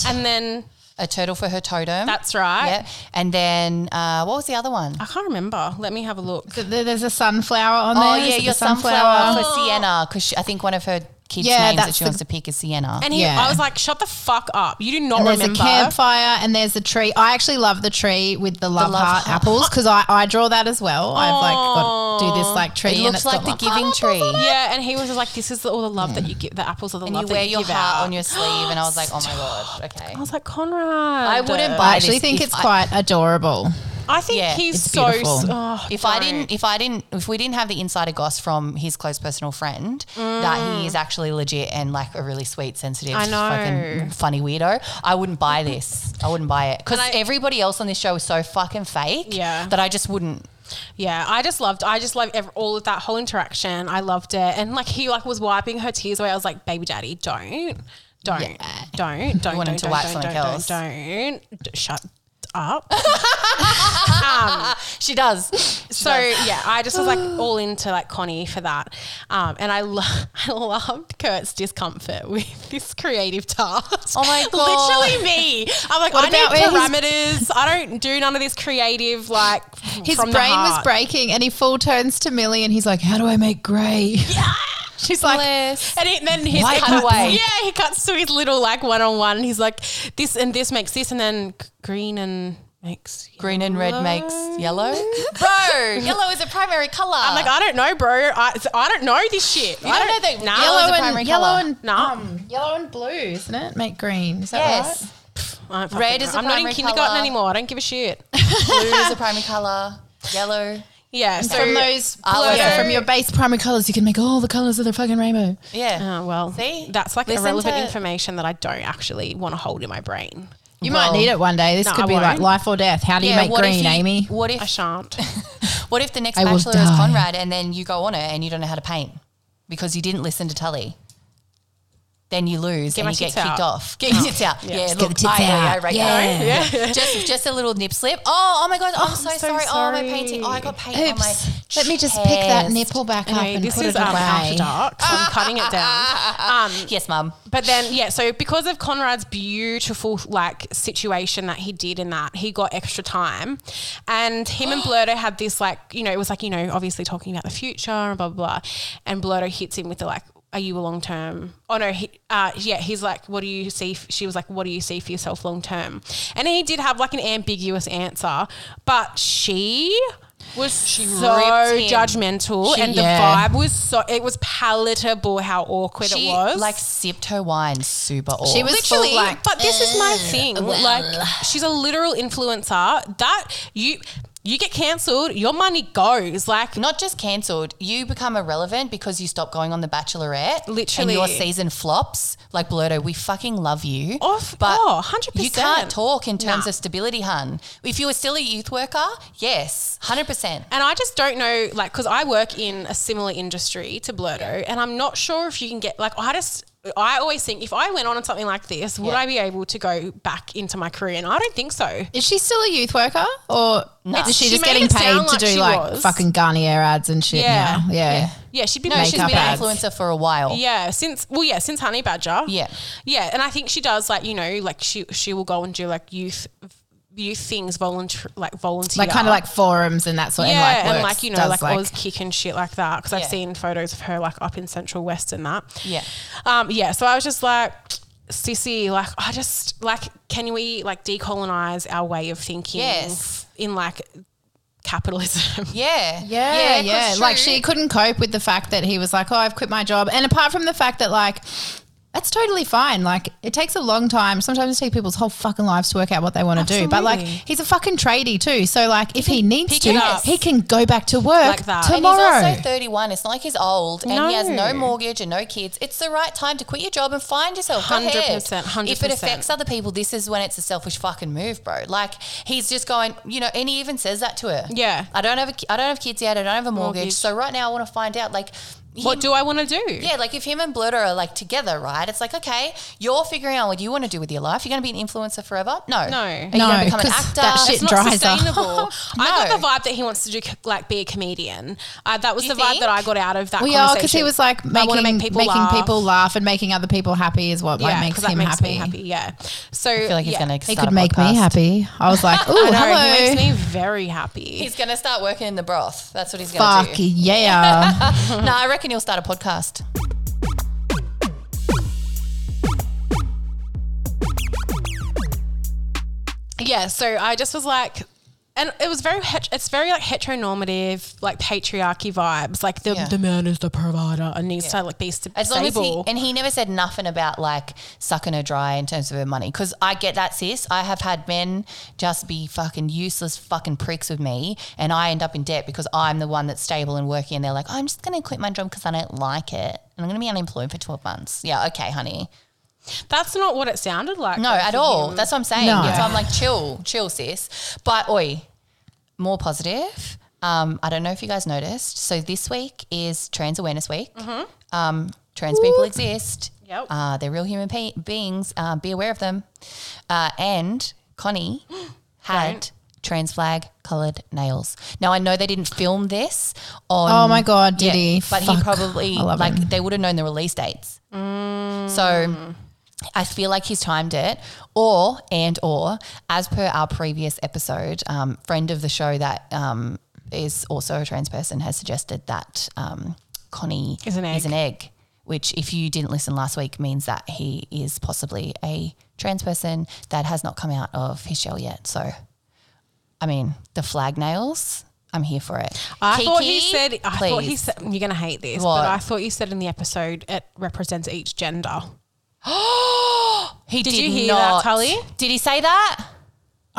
Speaker 1: Oh, and then
Speaker 2: A turtle for her totem.
Speaker 1: that's right.
Speaker 2: Yeah. And then uh, what was the other one?
Speaker 1: I can't remember. Let me have a look.
Speaker 3: Th- th- There's a sunflower on there.
Speaker 2: Oh
Speaker 3: Is
Speaker 2: yeah,
Speaker 3: it the
Speaker 2: your sunflower for Sienna because I think one of her kids'
Speaker 3: Yeah,
Speaker 2: names that
Speaker 3: that's
Speaker 2: she
Speaker 3: the-
Speaker 2: wants to pick is Sienna.
Speaker 1: And he,
Speaker 3: Yeah.
Speaker 1: I was like, shut the fuck up. You do not
Speaker 3: And there's
Speaker 1: remember.
Speaker 3: a campfire and there's a tree. I actually love the tree with the love,
Speaker 2: love
Speaker 3: heart,
Speaker 2: heart.
Speaker 3: apples because I, I draw that as well. I've like got to do this like tree.
Speaker 2: it
Speaker 3: and
Speaker 2: looks
Speaker 3: it's
Speaker 2: like
Speaker 3: got
Speaker 2: the
Speaker 3: love
Speaker 2: giving
Speaker 3: heart.
Speaker 2: tree.
Speaker 1: yeah, and he was just like, this is all the love that you give, the apples are the
Speaker 2: And
Speaker 1: love
Speaker 2: you
Speaker 1: that
Speaker 2: wear
Speaker 1: you
Speaker 2: your
Speaker 1: give
Speaker 2: heart
Speaker 1: out.
Speaker 2: on your sleeve, and I was like, oh my god, okay.
Speaker 1: I was like, Conrad.
Speaker 2: I wouldn't buy
Speaker 3: I
Speaker 2: this
Speaker 3: actually think
Speaker 2: if
Speaker 3: it's
Speaker 2: I-
Speaker 3: quite adorable.
Speaker 1: I think
Speaker 2: Yeah,
Speaker 1: he's
Speaker 3: it's
Speaker 1: so.
Speaker 3: beautiful.
Speaker 1: Oh,
Speaker 2: If I
Speaker 1: don't.
Speaker 2: didn't, if I didn't, if we didn't have the insider goss from his close personal friend that he is actually legit and like a really sweet, sensitive,
Speaker 1: Mm. I know.
Speaker 2: fucking funny weirdo, I wouldn't buy this. I wouldn't buy it because everybody else on this show is so fucking fake
Speaker 1: Yeah.
Speaker 2: that I just wouldn't.
Speaker 1: Yeah, I just loved. I just loved ev- all of that whole interaction. I loved it, and like he like was wiping her tears away. I was like, "Baby, daddy, don't, don't, don't, don't,
Speaker 2: want him
Speaker 1: don't,
Speaker 2: to
Speaker 1: don't,
Speaker 2: wipe
Speaker 1: don't,
Speaker 2: something
Speaker 1: don't,
Speaker 2: else.
Speaker 1: don't, don't, D- shut up." Um,
Speaker 2: She does.
Speaker 1: so yeah, I just was like all into like Connie for that, um, and I lo- I loved Kurt's discomfort with this creative task.
Speaker 2: Oh my God.
Speaker 1: literally me. I'm like, I
Speaker 3: about
Speaker 1: need
Speaker 3: where
Speaker 1: parameters. I don't do none of this creative like.
Speaker 3: His
Speaker 1: from the
Speaker 3: brain was
Speaker 1: heart.
Speaker 3: breaking and he full turns to Millie and he's like, How do I make grey?
Speaker 1: She's like,
Speaker 2: Bless.
Speaker 1: and he, then his
Speaker 2: Why
Speaker 1: he
Speaker 2: cut
Speaker 1: cuts-
Speaker 2: away?
Speaker 1: Yeah, he cuts to his little like one on one, and he's like, this and this makes this, and then g- green and makes.
Speaker 2: Green and red makes yellow. Bro, yellow is a primary color.
Speaker 1: I'm like, "Oh, I don't know, bro. I, I don't know this shit. I
Speaker 2: Ah. don't
Speaker 1: don't,
Speaker 2: know that
Speaker 1: Nah.
Speaker 2: yellow
Speaker 3: yellow
Speaker 2: is a
Speaker 3: and
Speaker 2: primary
Speaker 3: yellow
Speaker 2: colour.
Speaker 3: and
Speaker 1: Nah.
Speaker 3: um, yellow and blue, isn't it? Make green. Is that
Speaker 2: yes,
Speaker 3: right?
Speaker 1: I don't fucking
Speaker 2: red
Speaker 1: know.
Speaker 2: is a
Speaker 1: I'm not in
Speaker 2: primary
Speaker 1: kindergarten
Speaker 2: colour.
Speaker 1: anymore. I don't give a shit.
Speaker 2: blue is a primary color. Yellow.
Speaker 1: Yeah. So
Speaker 3: From those
Speaker 2: Artwork.
Speaker 3: uh, yeah, from your base primary colours, you can make all the colours of the fucking rainbow.
Speaker 2: Yeah.
Speaker 1: Oh, well,
Speaker 2: See?
Speaker 1: that's like
Speaker 2: Listen
Speaker 1: irrelevant
Speaker 2: to-
Speaker 1: information that I don't actually want to hold in my brain.
Speaker 3: You
Speaker 2: Well,
Speaker 3: might need it one day. This
Speaker 1: no,
Speaker 3: could
Speaker 1: I
Speaker 3: be like
Speaker 1: won't.
Speaker 3: life or death. How do you
Speaker 2: Yeah,
Speaker 3: make
Speaker 2: what if
Speaker 3: green,
Speaker 2: you-
Speaker 3: Amy?
Speaker 2: What if
Speaker 1: I shan't.
Speaker 2: What if the next
Speaker 3: I will
Speaker 2: bachelor is
Speaker 3: die.
Speaker 2: Conrad and then you go on it and you don't know how to paint because you didn't listen to Tully? then you lose
Speaker 1: my
Speaker 2: and you get
Speaker 1: tits out.
Speaker 2: kicked off. Get your tits out. Yeah,
Speaker 1: Just
Speaker 2: look,
Speaker 4: get the tits
Speaker 2: I, I, I
Speaker 4: out.
Speaker 2: reckon.
Speaker 4: Yeah.
Speaker 2: just just a little nip slip. Oh, oh my god, I'm, so,
Speaker 1: so
Speaker 2: sorry. Oh, my
Speaker 1: sorry.
Speaker 2: painting. Oh, I got paint on my
Speaker 3: Oops. Let me just pick that
Speaker 2: chest.
Speaker 3: nipple back up
Speaker 1: Anyway,
Speaker 3: and
Speaker 1: this
Speaker 3: put
Speaker 1: is
Speaker 3: it
Speaker 1: um, after
Speaker 3: away.
Speaker 1: dark. So I'm cutting it down. Um,
Speaker 2: Yes, mum.
Speaker 1: But then, yeah, so because of Conrad's beautiful like situation that he did in that, he got extra time. And him and Blurto had this like, you know, it was like, you know, obviously talking about the future and blah, blah, blah. And Blurto hits him with the like, are you a long term? Oh no, he, uh, yeah, he's like, what do you see? f- She was like, what do you see for yourself long term? And he did have like an ambiguous answer, but she was so
Speaker 2: ripped him.
Speaker 1: judgmental and
Speaker 3: yeah.
Speaker 1: the vibe was so, it was palatable how awkward
Speaker 2: She
Speaker 1: it was.
Speaker 2: like sipped her wine super off.
Speaker 3: She was full
Speaker 1: Literally,
Speaker 3: like,
Speaker 1: but this is my thing. like, she's a literal influencer. That you you get cancelled, your money goes. Like,
Speaker 2: not just cancelled, you become irrelevant because you stop going on The Bachelorette.
Speaker 1: Literally.
Speaker 2: And your season flops. Like, Blurto, we fucking love you.
Speaker 1: Off-
Speaker 2: but
Speaker 1: oh, 100%.
Speaker 2: You can't talk in terms
Speaker 1: Nah.
Speaker 2: of stability, hun. If you were still a youth worker, yes, 100%.
Speaker 1: and I just don't know, like, because I work in a similar industry to Blurto, and I'm not sure if you can get like I just. I always think if I went on something like this, would
Speaker 2: Yeah.
Speaker 1: I be able to go back into my career? And I don't think so.
Speaker 3: Is she still a youth worker or is she
Speaker 1: She
Speaker 3: just
Speaker 1: made
Speaker 3: getting
Speaker 1: it sound
Speaker 3: paid
Speaker 1: like
Speaker 3: to
Speaker 1: she
Speaker 3: do like
Speaker 1: was.
Speaker 3: fucking Garnier ads and shit
Speaker 1: Yeah.
Speaker 3: now? Yeah.
Speaker 1: Yeah, she'd be
Speaker 2: No, she's
Speaker 3: Makeup
Speaker 2: been an
Speaker 3: ads.
Speaker 2: influencer for a while.
Speaker 1: Yeah, since well, yeah, since Honey Badger.
Speaker 2: Yeah.
Speaker 1: yeah, and I think she does like you know like she she will go and do like youth youth things volunteer like volunteer
Speaker 3: Like kind of like forums and that sort
Speaker 1: yeah
Speaker 3: and like
Speaker 1: and
Speaker 3: works,
Speaker 1: like you know
Speaker 3: does,
Speaker 1: like, Oz kick and shit like that because
Speaker 2: Yeah.
Speaker 1: I've seen photos of her like up in Central West and that
Speaker 2: Yeah.
Speaker 1: um yeah so I was just like sissy like I just like can we like decolonize our way of thinking
Speaker 2: Yes.
Speaker 1: in like capitalism
Speaker 2: Yeah.
Speaker 3: Yeah,
Speaker 2: 'cause
Speaker 3: yeah. Like
Speaker 2: true.
Speaker 3: she couldn't cope with the fact that he was like, "Oh, I've quit my job." And apart from the fact that like that's totally fine. Like it takes a long time. Sometimes it takes people's whole fucking lives to work out what they want to do. But like
Speaker 1: Absolutely.
Speaker 3: he's a fucking tradie too. So like if he, needs
Speaker 2: pick
Speaker 3: to,
Speaker 2: it up.
Speaker 3: he can go back to work
Speaker 1: Like that. And he's
Speaker 3: tomorrow.
Speaker 2: And he's also 31. It's not like he's old and he has no
Speaker 1: No.
Speaker 2: mortgage and no kids. It's the right time to quit your job and find yourself. Go ahead.
Speaker 1: 100%, 100%.
Speaker 2: If it affects other people, this is when it's a selfish fucking move, bro. Like he's just going, you know, and he even says that to her.
Speaker 1: Yeah.
Speaker 2: I don't have a, ki- I don't have kids yet. I don't have a mortgage.
Speaker 1: Mortgage.
Speaker 2: So right now I want to find out like he-
Speaker 1: what do I want to do
Speaker 2: yeah, like if him and Blurter are like together, right? It's like, okay, you're figuring out what you want to do with your life. You're going to be an influencer forever? No.
Speaker 1: No.
Speaker 2: Are you going
Speaker 3: No,
Speaker 2: to become an
Speaker 3: 'cause
Speaker 2: actor?
Speaker 3: that shit
Speaker 1: it's not
Speaker 3: dries up.
Speaker 1: sustainable. I got
Speaker 2: No.
Speaker 1: the vibe that he wants to do co- like be a comedian. Uh, that was
Speaker 2: You
Speaker 1: the vibe
Speaker 2: think?
Speaker 1: that I got out of that.
Speaker 3: Well, yeah,
Speaker 1: conversation.
Speaker 3: because he was like
Speaker 1: I wanna
Speaker 3: making, making people laugh and making other people happy is what like,
Speaker 1: Yeah,
Speaker 3: makes
Speaker 1: 'cause that
Speaker 3: him
Speaker 1: makes
Speaker 3: happy.
Speaker 1: me happy. Yeah. So
Speaker 2: I feel like he's
Speaker 1: yeah.
Speaker 2: going to
Speaker 3: He could make me happy. I was like, "Ooh,
Speaker 1: I know,
Speaker 3: hello."
Speaker 1: He makes me very happy.
Speaker 2: He's going to start working in the broth. That's what he's going to
Speaker 3: Fuck
Speaker 2: do.
Speaker 3: yeah.
Speaker 2: no, I reckon he'll start a podcast.
Speaker 1: Yeah. So I just was like. And it was very, het- it's very like heteronormative, like patriarchy vibes. Like the,
Speaker 2: Yeah.
Speaker 1: the man is the provider and needs to like be st-
Speaker 2: As long
Speaker 1: stable.
Speaker 2: as he and he never said nothing about like sucking her dry in terms of her money. Because I get that, sis. I have had men just be fucking useless fucking pricks with me, and I end up in debt because I'm the one that's stable and working. And they're like, I'm just gonna quit my job because I don't like it, and I'm gonna be unemployed for twelve months. Yeah, okay, honey.
Speaker 1: That's not what it sounded like.
Speaker 2: No,
Speaker 1: though,
Speaker 2: at
Speaker 1: for
Speaker 2: all.
Speaker 1: him.
Speaker 2: That's what I'm saying.
Speaker 3: No.
Speaker 2: So I'm like, chill, chill, sis. But oi, more positive. Um, I don't know if you guys noticed. So this week is Trans Awareness Week. Um, trans people exist.
Speaker 1: Mm-hmm. Yep.
Speaker 2: Uh, they're real human pe- beings. Uh, be aware of them. Uh, and Connie had. Trans flag colored nails. Now I know they didn't film this on.
Speaker 3: Oh my God, did he?
Speaker 2: But he
Speaker 3: Fuck.
Speaker 2: probably
Speaker 3: I love
Speaker 2: like
Speaker 3: him.
Speaker 2: they would have known the release dates.
Speaker 1: Mm.
Speaker 2: So I feel like he's timed it, or and or as per our previous episode, um, friend of the show that um, is also a trans person has suggested that um, Connie
Speaker 1: Is an egg.
Speaker 2: egg, which if you didn't listen last week means that he is possibly a trans person that has not come out of his shell yet. So, I mean, the flag nails. I'm here for it.
Speaker 1: I thought he
Speaker 2: Kiki,
Speaker 1: said. I thought he
Speaker 2: please.
Speaker 1: said. You're gonna hate this,
Speaker 2: What?
Speaker 1: but I thought you said in the episode it represents each gender.
Speaker 2: He did,
Speaker 1: you hear that,
Speaker 2: not.
Speaker 1: Tully?
Speaker 2: Did he say that?
Speaker 3: Oh,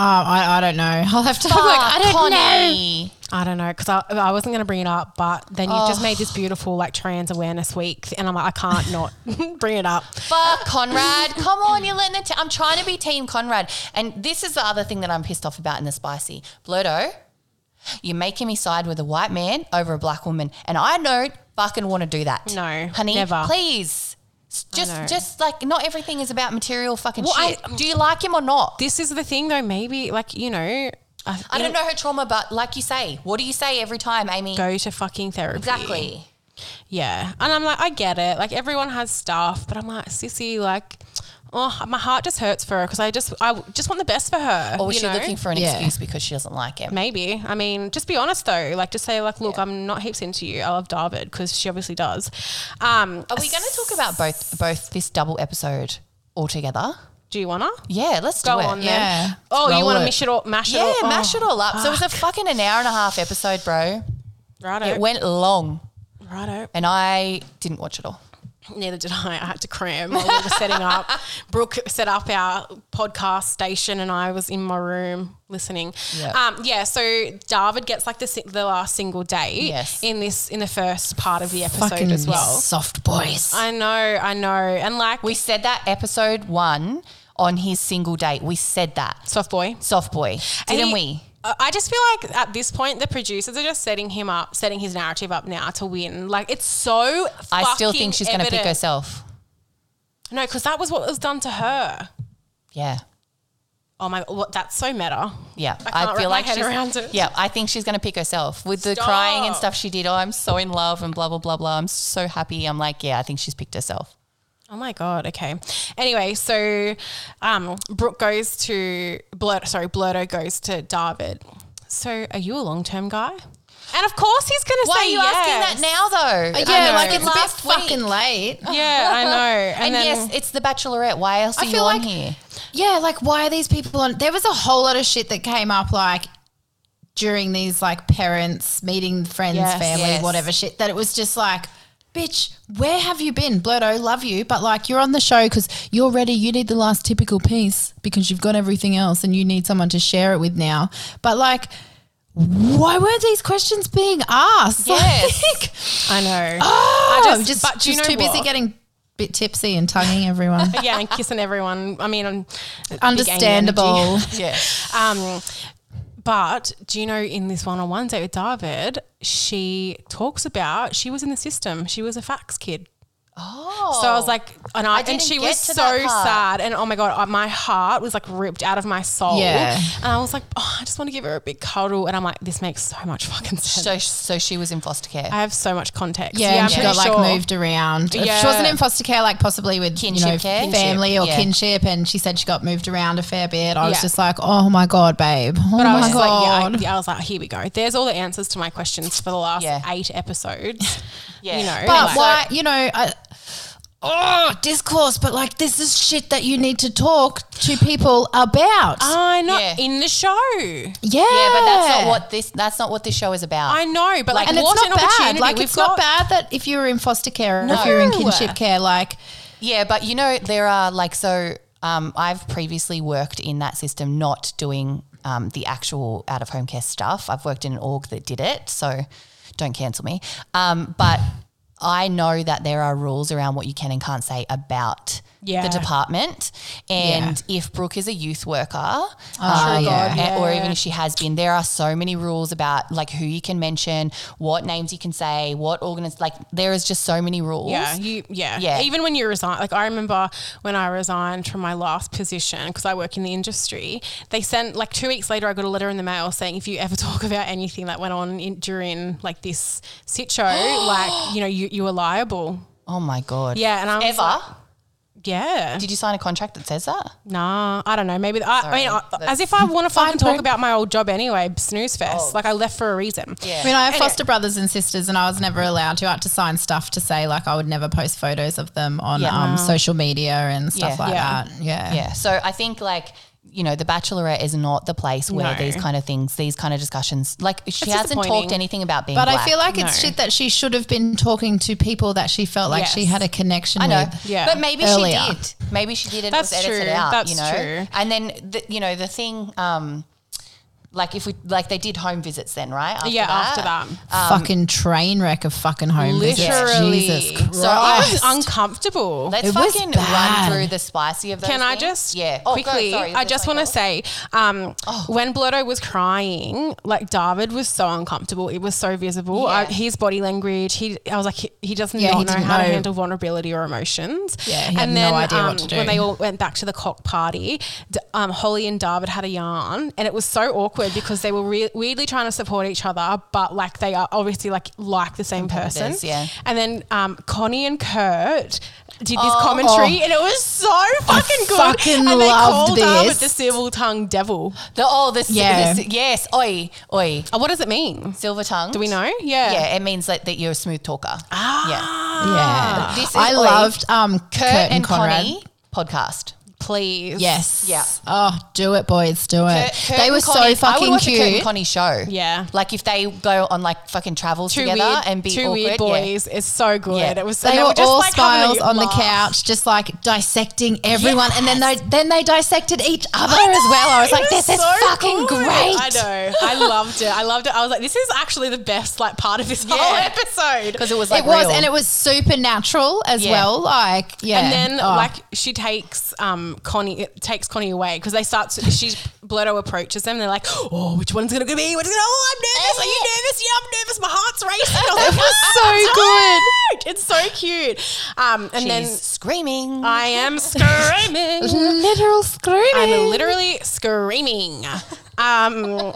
Speaker 3: I, I don't know. I'll have to. I'm like, I don't know.
Speaker 2: Connie.
Speaker 1: I don't know because I, I wasn't gonna bring it up, but then you just made
Speaker 2: Oh.
Speaker 1: this beautiful like trans awareness week, and I'm like, I can't not bring it up.
Speaker 2: Fuck Conrad. Come on, you're letting it. T- I'm trying to be Team Conrad. And this is the other thing that I'm pissed off about in the spicy. Blurto, you're making me side with a white man over a black woman. And I don't fucking want to do that.
Speaker 1: No,
Speaker 2: Honey,
Speaker 1: never.
Speaker 2: please. It's just,
Speaker 1: know.
Speaker 2: just like not everything is about material fucking
Speaker 1: Well, I-
Speaker 2: shit. Do you like him or not?
Speaker 1: This is the thing, though. Maybe like you know, I,
Speaker 2: I don't know her trauma, but like you say, what do you say every time, Amy?
Speaker 1: Go to fucking therapy.
Speaker 2: Exactly.
Speaker 1: Yeah. And I'm like, I get it. Like everyone has stuff, but I'm like, sissy, like, oh, my heart just hurts for her because I just, I just want the best for her.
Speaker 2: Or was
Speaker 1: you
Speaker 2: she
Speaker 1: know?
Speaker 2: looking for an
Speaker 3: Yeah.
Speaker 2: excuse because she doesn't like him?
Speaker 1: Maybe. I mean, just be honest though. Like, just say like, look, I'm not heaps into you. I love David because she obviously does. Um,
Speaker 2: Are we going to talk about both both this double episode altogether?
Speaker 1: Do you wanna?
Speaker 2: Yeah, let's
Speaker 1: Go
Speaker 2: do it.
Speaker 1: on
Speaker 3: Yeah.
Speaker 1: then. Oh, you
Speaker 3: Roll
Speaker 1: want
Speaker 3: it.
Speaker 1: to mash it all? Mash it
Speaker 2: Yeah,
Speaker 1: all? oh,
Speaker 2: mash it all up. So it was a fucking an hour and a half episode, bro.
Speaker 1: Oh, Righto.
Speaker 2: It went long,
Speaker 1: righto.
Speaker 2: and I didn't watch it all.
Speaker 1: Neither did I. I had to cram while we were setting up. Brooke set up our podcast station, and I was in my room listening.
Speaker 2: Yeah.
Speaker 1: Um, yeah. So David gets like the si- the last single date.
Speaker 2: Yes.
Speaker 1: In this in the first part of the episode as well.
Speaker 3: soft boys.
Speaker 1: I know. I know. And like
Speaker 2: We said that episode one on his single date. We said that
Speaker 1: soft boy.
Speaker 2: soft boy,
Speaker 1: And
Speaker 2: didn't
Speaker 1: he-
Speaker 2: we?
Speaker 1: I I just feel like at this point the producers are just setting him up, setting his narrative up now to win. Like it's so.
Speaker 2: I still think she's going to pick
Speaker 1: us.
Speaker 2: herself.
Speaker 1: No, because that was what was done to her.
Speaker 2: Yeah.
Speaker 1: Oh my! What? That's so meta.
Speaker 2: Yeah,
Speaker 1: I can't wrap my head
Speaker 2: she's,
Speaker 1: around it.
Speaker 2: Yeah, I think she's gonna pick herself with the crying and stuff she did. Oh, I'm so in love and blah blah blah blah. I'm so happy. I'm like, yeah, I think she's picked herself.
Speaker 1: Oh my god. Okay. Anyway, so um, Brooke goes to Blurt. Sorry, Blurto goes to David. So, are you a long-term guy? And of course, he's going to
Speaker 2: Why
Speaker 1: say
Speaker 2: are you
Speaker 1: yes.
Speaker 2: asking that now though?
Speaker 3: yeah,
Speaker 1: know.
Speaker 3: like it's
Speaker 2: Last
Speaker 3: last
Speaker 2: week.
Speaker 3: fucking late.
Speaker 1: Yeah, I know. And,
Speaker 2: And,
Speaker 1: then,
Speaker 2: yes, it's the Bachelorette. Why else are
Speaker 3: I
Speaker 2: you
Speaker 3: feel
Speaker 2: on
Speaker 3: like-
Speaker 2: here?
Speaker 3: Yeah, like why are these people on? There was a whole lot of shit that came up like during these like parents meeting friends,
Speaker 1: Yes.
Speaker 3: family,
Speaker 2: Yes.
Speaker 3: whatever shit. That it was just like. Bitch, where have you been? Blurto, love you, but like you're on the show because you're ready. You need the last typical piece because you've got everything else and you need someone to share it with now. But like, why weren't these questions being asked?
Speaker 2: Yes.
Speaker 3: Like,
Speaker 1: I know.
Speaker 3: oh,
Speaker 1: I
Speaker 3: just,
Speaker 1: just-
Speaker 3: just,
Speaker 1: but do you know
Speaker 3: too busy
Speaker 1: what?
Speaker 3: getting bit tipsy and tonguing everyone.
Speaker 1: yeah, and kissing everyone. I mean, um, big Amy energy.
Speaker 3: Understandable.
Speaker 2: Yeah.
Speaker 1: Um, but do you know in this one-on-one date with David, she talks about she was in the system. She was a fax kid.
Speaker 2: Oh.
Speaker 1: So I was like, and, I, and
Speaker 2: didn't
Speaker 1: she
Speaker 2: get
Speaker 1: was so
Speaker 2: to that part.
Speaker 1: sad, and oh my god, I- my heart was like ripped out of my soul.
Speaker 3: Yeah.
Speaker 1: and I was like, oh, I just want to give her a big cuddle, and I'm like, this makes so much fucking sense.
Speaker 2: so so she was in foster care.
Speaker 1: I have so much context.
Speaker 3: Yeah,
Speaker 1: I'm
Speaker 3: and she
Speaker 1: pretty
Speaker 3: got like
Speaker 1: sure.
Speaker 3: moved around. If
Speaker 1: Yeah.
Speaker 3: She wasn't in foster care, like possibly with you know,
Speaker 2: Kinship care?
Speaker 3: family or
Speaker 2: Yeah.
Speaker 3: kinship, and she said she got moved around a fair bit. I
Speaker 1: Yeah.
Speaker 3: was just like, oh my god, babe, oh
Speaker 1: But I
Speaker 3: my
Speaker 1: was just
Speaker 3: god.
Speaker 1: like, yeah I, yeah, I was like, here we go. There's all the answers to my questions for the last
Speaker 2: Yeah.
Speaker 1: eight episodes.
Speaker 2: Yeah.
Speaker 1: You know,
Speaker 3: but
Speaker 1: like-
Speaker 3: why, you know, I, oh discourse, but like this is shit that you need to talk to people about.
Speaker 1: I know
Speaker 2: Yeah.
Speaker 1: in the show.
Speaker 3: yeah,
Speaker 2: yeah, but that's not what this that's not what this show is about.
Speaker 1: I know, but like,
Speaker 3: And
Speaker 1: what
Speaker 3: it's
Speaker 1: an
Speaker 3: not bad.
Speaker 1: opportunity.
Speaker 3: Like
Speaker 1: We've
Speaker 3: it's
Speaker 1: got
Speaker 3: not bad that if you were in foster care or if you're in
Speaker 1: No.
Speaker 3: kinship care, like
Speaker 2: Yeah, but you know, there are like, so um, I've previously worked in that system, not doing um, the actual out of home care stuff. I've worked in an org that did it, so don't cancel me. Um, but I know that there are rules around what you can and can't say about
Speaker 1: Yeah.
Speaker 2: the department. And if Brooke is a youth worker,
Speaker 1: Oh,
Speaker 2: um,
Speaker 3: God,
Speaker 2: and- or
Speaker 1: yeah.
Speaker 2: even if she has been, there are so many rules about like who you can mention, what names you can say, what organs, like there is just so many rules.
Speaker 1: Yeah, you, yeah,
Speaker 2: Yeah.
Speaker 1: Even when you resign, like I remember when I resigned from my last position because I work in the industry, they sent like two weeks later. I got a letter in the mail saying if you ever talk about anything that went on in, during like this sit show, like you know, you you were liable.
Speaker 2: Oh my God.
Speaker 1: Yeah, and I was
Speaker 2: Ever?
Speaker 1: like, yeah,
Speaker 2: Did you sign a contract that says that?
Speaker 1: nah, I don't know. Maybe I, I mean,
Speaker 2: Sorry,
Speaker 1: I, as if I want to fucking talk about my old job anyway. Snooze fest.
Speaker 2: Oh.
Speaker 1: Like I left for a reason.
Speaker 2: Yeah.
Speaker 3: I mean, I have
Speaker 1: Anyway.
Speaker 3: foster brothers and sisters, and I was never allowed to. I had to sign stuff to say like I would never post photos of them on
Speaker 2: Yeah.
Speaker 3: um, social media and stuff
Speaker 2: Yeah.
Speaker 3: like
Speaker 1: Yeah.
Speaker 3: that. Yeah,
Speaker 2: Yeah. So I think like you know, the Bachelorette is not the place where
Speaker 1: No.
Speaker 2: these kind of things, these kind of discussions, like she hasn't
Speaker 1: disappointing.
Speaker 2: talked anything about being.
Speaker 3: But I
Speaker 2: black.
Speaker 3: feel like it's
Speaker 1: No.
Speaker 3: shit that she should have been talking to people that she felt like she
Speaker 1: Yes.
Speaker 3: had a connection
Speaker 2: I know,
Speaker 3: with.
Speaker 1: Yeah.
Speaker 2: but maybe
Speaker 3: Earlier.
Speaker 2: she did. Maybe she did, and
Speaker 1: That's
Speaker 2: it was edited
Speaker 1: true.
Speaker 2: out.
Speaker 1: That's
Speaker 2: you know,
Speaker 1: true.
Speaker 2: and then the, you know the thing. Um, Like if we like they did home visits then, right? After
Speaker 1: Yeah, after
Speaker 2: Ah.
Speaker 1: that.
Speaker 2: Um,
Speaker 3: fucking train wreck of fucking home visits.
Speaker 1: Literally.
Speaker 3: Jesus
Speaker 1: So
Speaker 3: Christ.
Speaker 2: So Oh, I was
Speaker 1: uncomfortable.
Speaker 2: Let's
Speaker 3: It was
Speaker 2: fucking
Speaker 3: bad.
Speaker 2: run through the spicy of those.
Speaker 1: Can I
Speaker 2: things.
Speaker 1: just
Speaker 2: yeah Oh, go.
Speaker 1: quickly?
Speaker 2: Sorry, is
Speaker 1: I
Speaker 2: there
Speaker 1: just want
Speaker 2: something
Speaker 1: to
Speaker 2: else?
Speaker 1: say um, when Blurto was crying, like David was so uncomfortable. It was so visible. I,
Speaker 2: Yeah.
Speaker 1: his body language. He, I was like, he, he does
Speaker 3: Yeah,
Speaker 1: not
Speaker 3: he
Speaker 1: know
Speaker 3: didn't
Speaker 1: how to
Speaker 3: know.
Speaker 1: handle vulnerability or emotions. um,
Speaker 3: Yeah, he had no idea what to do.
Speaker 1: when they all went back to the cock party, D- um, Holly and David had a yarn, and it was so awkward because they were re- weirdly trying to support each other, but like they are obviously like like the same person.
Speaker 2: Competitors, yeah.
Speaker 1: And then um, Connie and Kurt. Did this commentary and it was so fucking good.
Speaker 3: fucking
Speaker 1: and they
Speaker 3: loved
Speaker 1: called David
Speaker 3: this.
Speaker 1: the civil tongue devil.
Speaker 2: The, oh, this.
Speaker 3: Yeah.
Speaker 2: Yeah. This, yes. Oi. Oi.
Speaker 1: Uh, what does it mean?
Speaker 2: Silver tongue.
Speaker 1: Do we know? Yeah.
Speaker 2: Yeah. It means like that you're a smooth talker. Ah. Yeah.
Speaker 3: yeah.
Speaker 2: This is
Speaker 3: I
Speaker 2: like
Speaker 3: loved um, Kurt,
Speaker 2: Kurt
Speaker 3: and,
Speaker 2: and
Speaker 3: Conrad.
Speaker 2: Connie podcast.
Speaker 1: Please.
Speaker 3: Yes.
Speaker 2: Yeah.
Speaker 3: Oh, do it, boys. Do
Speaker 2: Kurt-
Speaker 3: it.
Speaker 2: Kurt
Speaker 3: they
Speaker 2: and
Speaker 3: were
Speaker 2: Connie-
Speaker 3: so fucking
Speaker 2: I would watch
Speaker 3: cute.
Speaker 2: A Kurt and Connie show.
Speaker 1: Yeah.
Speaker 2: Like if they go on like fucking travels
Speaker 1: Two
Speaker 2: together
Speaker 1: weird
Speaker 2: and be
Speaker 1: two
Speaker 2: awkward,
Speaker 1: weird boys. It's so good.
Speaker 2: Yeah.
Speaker 1: It was.
Speaker 3: they
Speaker 1: and
Speaker 3: were all
Speaker 1: having a
Speaker 3: smiles on the
Speaker 1: laugh.
Speaker 3: couch, just like dissecting everyone, and then they then they dissected each other as well. I was
Speaker 1: It
Speaker 3: like,
Speaker 1: was
Speaker 3: this is
Speaker 1: so
Speaker 3: fucking
Speaker 1: good.
Speaker 3: great.
Speaker 1: I know. I loved it. I loved it. I was like, this is actually the best like part of this whole
Speaker 2: Yeah.
Speaker 1: episode.
Speaker 2: because it was like
Speaker 3: it was,
Speaker 2: real.
Speaker 3: and it was supernatural as
Speaker 2: Yeah.
Speaker 3: well. Like, yeah,
Speaker 1: And then,
Speaker 3: Oh.
Speaker 1: like, she takes um Connie it takes Connie away because they start. To, she's Blurto approaches them. They're like, "Oh, which one's gonna be? Which one's gonna? Oh, I'm nervous. Are you nervous? Yeah, I'm nervous. My heart's racing." I was like, "Ah, "It's so good. It's so cute." Um, and
Speaker 2: she's
Speaker 1: then
Speaker 2: screaming.
Speaker 1: I am screaming.
Speaker 3: literal screaming.
Speaker 1: I'm literally screaming. Um,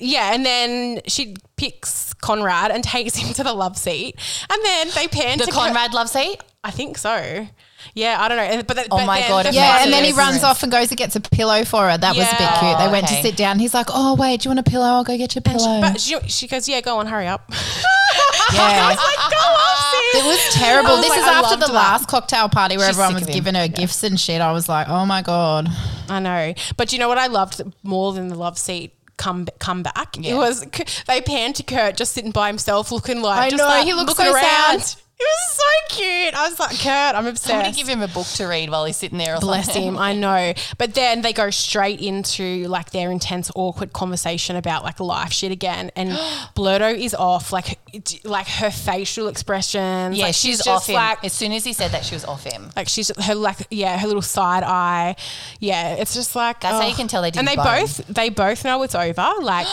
Speaker 1: yeah, and then she picks Conrad and takes him to the love seat, and then they pan
Speaker 2: the
Speaker 1: to Kurt-
Speaker 2: Conrad love seat.
Speaker 1: I think so. Yeah, I don't know. And- But,
Speaker 2: Oh
Speaker 1: but
Speaker 2: my
Speaker 1: then
Speaker 2: God,
Speaker 1: the
Speaker 2: imagine
Speaker 3: yeah,
Speaker 1: fact
Speaker 3: and then he
Speaker 1: is-
Speaker 3: runs off and goes and gets a pillow for her. That was a bit
Speaker 1: Yeah.
Speaker 3: cute. They went to
Speaker 2: Okay.
Speaker 3: sit down. He's like, "Oh wait, do you want a pillow? I'll go get you a pillow."
Speaker 1: But she, she goes, yeah, go on, hurry up. I
Speaker 3: yeah,
Speaker 1: was like, go on, sis.
Speaker 3: It was terrible.
Speaker 1: I was
Speaker 3: This
Speaker 1: like, "Oh,
Speaker 3: is
Speaker 1: I
Speaker 3: after
Speaker 1: loved
Speaker 3: the
Speaker 1: that.
Speaker 3: last cocktail party where
Speaker 2: She's
Speaker 3: everyone
Speaker 2: sick
Speaker 3: was
Speaker 2: of him.
Speaker 3: giving her gifts and shit. I was like, oh my God.
Speaker 1: I know, but you know what I loved more than the love seat. Come, come back. It
Speaker 2: Yeah.
Speaker 1: was K- they panned to Kurt just sitting by himself, looking like
Speaker 3: I
Speaker 1: just
Speaker 3: know,
Speaker 1: like,
Speaker 3: he looks
Speaker 1: looking
Speaker 3: so
Speaker 1: around.
Speaker 3: sad.
Speaker 1: It was so cute. I was like, Kurt, I'm
Speaker 2: I'm gonna
Speaker 1: obsessed.
Speaker 2: give him a book to read while he's sitting there. Or
Speaker 1: Bless
Speaker 2: something.
Speaker 1: him, I know. But then they go straight into like their intense, awkward conversation about like life shit again. And Blurto is off, like d- like her facial expressions.
Speaker 2: Yeah,
Speaker 1: like,
Speaker 2: she's,
Speaker 1: just
Speaker 2: off him.
Speaker 1: like
Speaker 2: as soon as he said that, she was off him.
Speaker 1: like she's her like yeah her little side eye, yeah. It's just like
Speaker 2: That's how you can tell they
Speaker 1: And
Speaker 2: didn't
Speaker 1: they
Speaker 2: bone.
Speaker 1: both they both know it's over. Like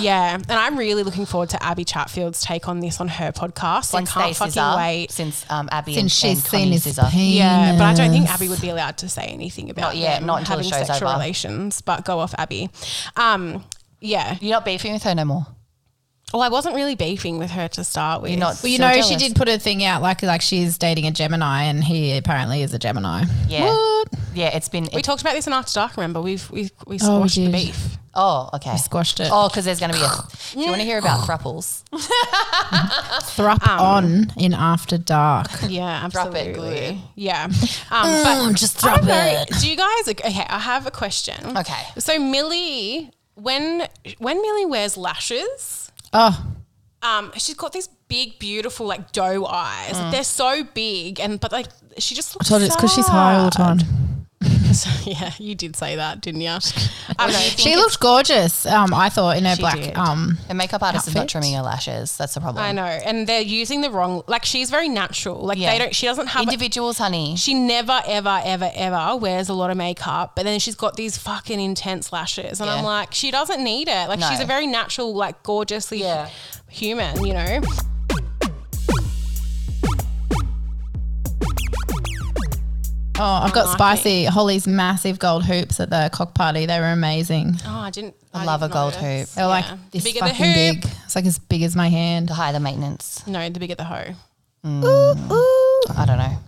Speaker 1: yeah, and I'm really looking forward to Abby Chatfield's take on this on her podcast.
Speaker 2: Since
Speaker 1: I can't
Speaker 2: they
Speaker 1: fucking
Speaker 2: scissor,
Speaker 1: wait.
Speaker 2: Since um, Abby
Speaker 3: Since
Speaker 2: and,
Speaker 3: she's
Speaker 2: and
Speaker 3: seen
Speaker 2: Connie
Speaker 3: his
Speaker 2: scissor.
Speaker 3: penis.
Speaker 1: Yeah, but I don't think Abby would be allowed to say anything about
Speaker 2: Not yet,
Speaker 1: them
Speaker 2: not until the
Speaker 1: having
Speaker 2: show's
Speaker 1: sexual
Speaker 2: over.
Speaker 1: relations. But go off, Abby. Um, yeah.
Speaker 2: You're not beefing with her no more.
Speaker 1: Well, I wasn't really beefing with her to start with.
Speaker 2: You're not.
Speaker 3: Well, you
Speaker 2: still
Speaker 3: know,
Speaker 2: jealous.
Speaker 3: she did put a thing out like like she's dating a Gemini and he apparently is a Gemini.
Speaker 2: Yeah.
Speaker 3: What?
Speaker 2: Yeah, it's been.
Speaker 1: We
Speaker 2: It,
Speaker 1: talked about this in After Dark. Remember, we've we we
Speaker 3: Oh, we
Speaker 1: squashed the
Speaker 3: did.
Speaker 1: beef.
Speaker 2: oh, okay.
Speaker 3: Squashed it.
Speaker 2: Oh, because there's going to be a. Do you want to hear about thruples?
Speaker 3: Thrup
Speaker 1: Um,
Speaker 3: on in After Dark.
Speaker 1: Yeah,
Speaker 2: Drop
Speaker 1: absolutely.
Speaker 2: it good.
Speaker 1: Yeah, um, but
Speaker 3: Mm, just
Speaker 1: I
Speaker 3: drop
Speaker 1: don't know.
Speaker 3: it.
Speaker 1: Do you guys? Okay, I have a question.
Speaker 2: Okay.
Speaker 1: So Millie, when when Millie wears lashes,
Speaker 3: Oh,
Speaker 1: um, she's got these big, beautiful, like doe eyes. They're so big, and but like she just
Speaker 3: Mm. I
Speaker 1: looks.
Speaker 3: told you it's because she's high all the time.
Speaker 1: sad. yeah, you did say that, didn't you? I don't know.
Speaker 3: She looked gorgeous. Um, I thought in her black.
Speaker 1: did.
Speaker 3: Um,
Speaker 2: A makeup artist is not
Speaker 3: Outfit.
Speaker 2: trimming her lashes. That's the problem.
Speaker 1: I know, and they're using the wrong. Like she's very natural. Like
Speaker 2: Yeah.
Speaker 1: they don't. She doesn't have.
Speaker 2: Individuals, honey.
Speaker 1: she never, ever, ever, ever wears a lot of makeup, but then she's got these fucking intense lashes, and
Speaker 2: Yeah.
Speaker 1: I'm like, she doesn't need it. Like
Speaker 2: No.
Speaker 1: she's a very natural, like gorgeously
Speaker 2: Yeah.
Speaker 1: human, you know.
Speaker 3: oh, I've got
Speaker 1: like
Speaker 3: spicy Holly's massive gold hoops at the cock party. They were amazing.
Speaker 1: Oh, I didn't.
Speaker 2: I love a
Speaker 1: didn't
Speaker 2: gold
Speaker 1: notice.
Speaker 2: hoop.
Speaker 3: They were
Speaker 1: Yeah.
Speaker 3: like this
Speaker 1: Bigger the
Speaker 3: fucking
Speaker 1: hoop.
Speaker 3: big. It's like as big as my hand.
Speaker 2: The higher the maintenance.
Speaker 1: No, the bigger the hoe.
Speaker 2: I don't know.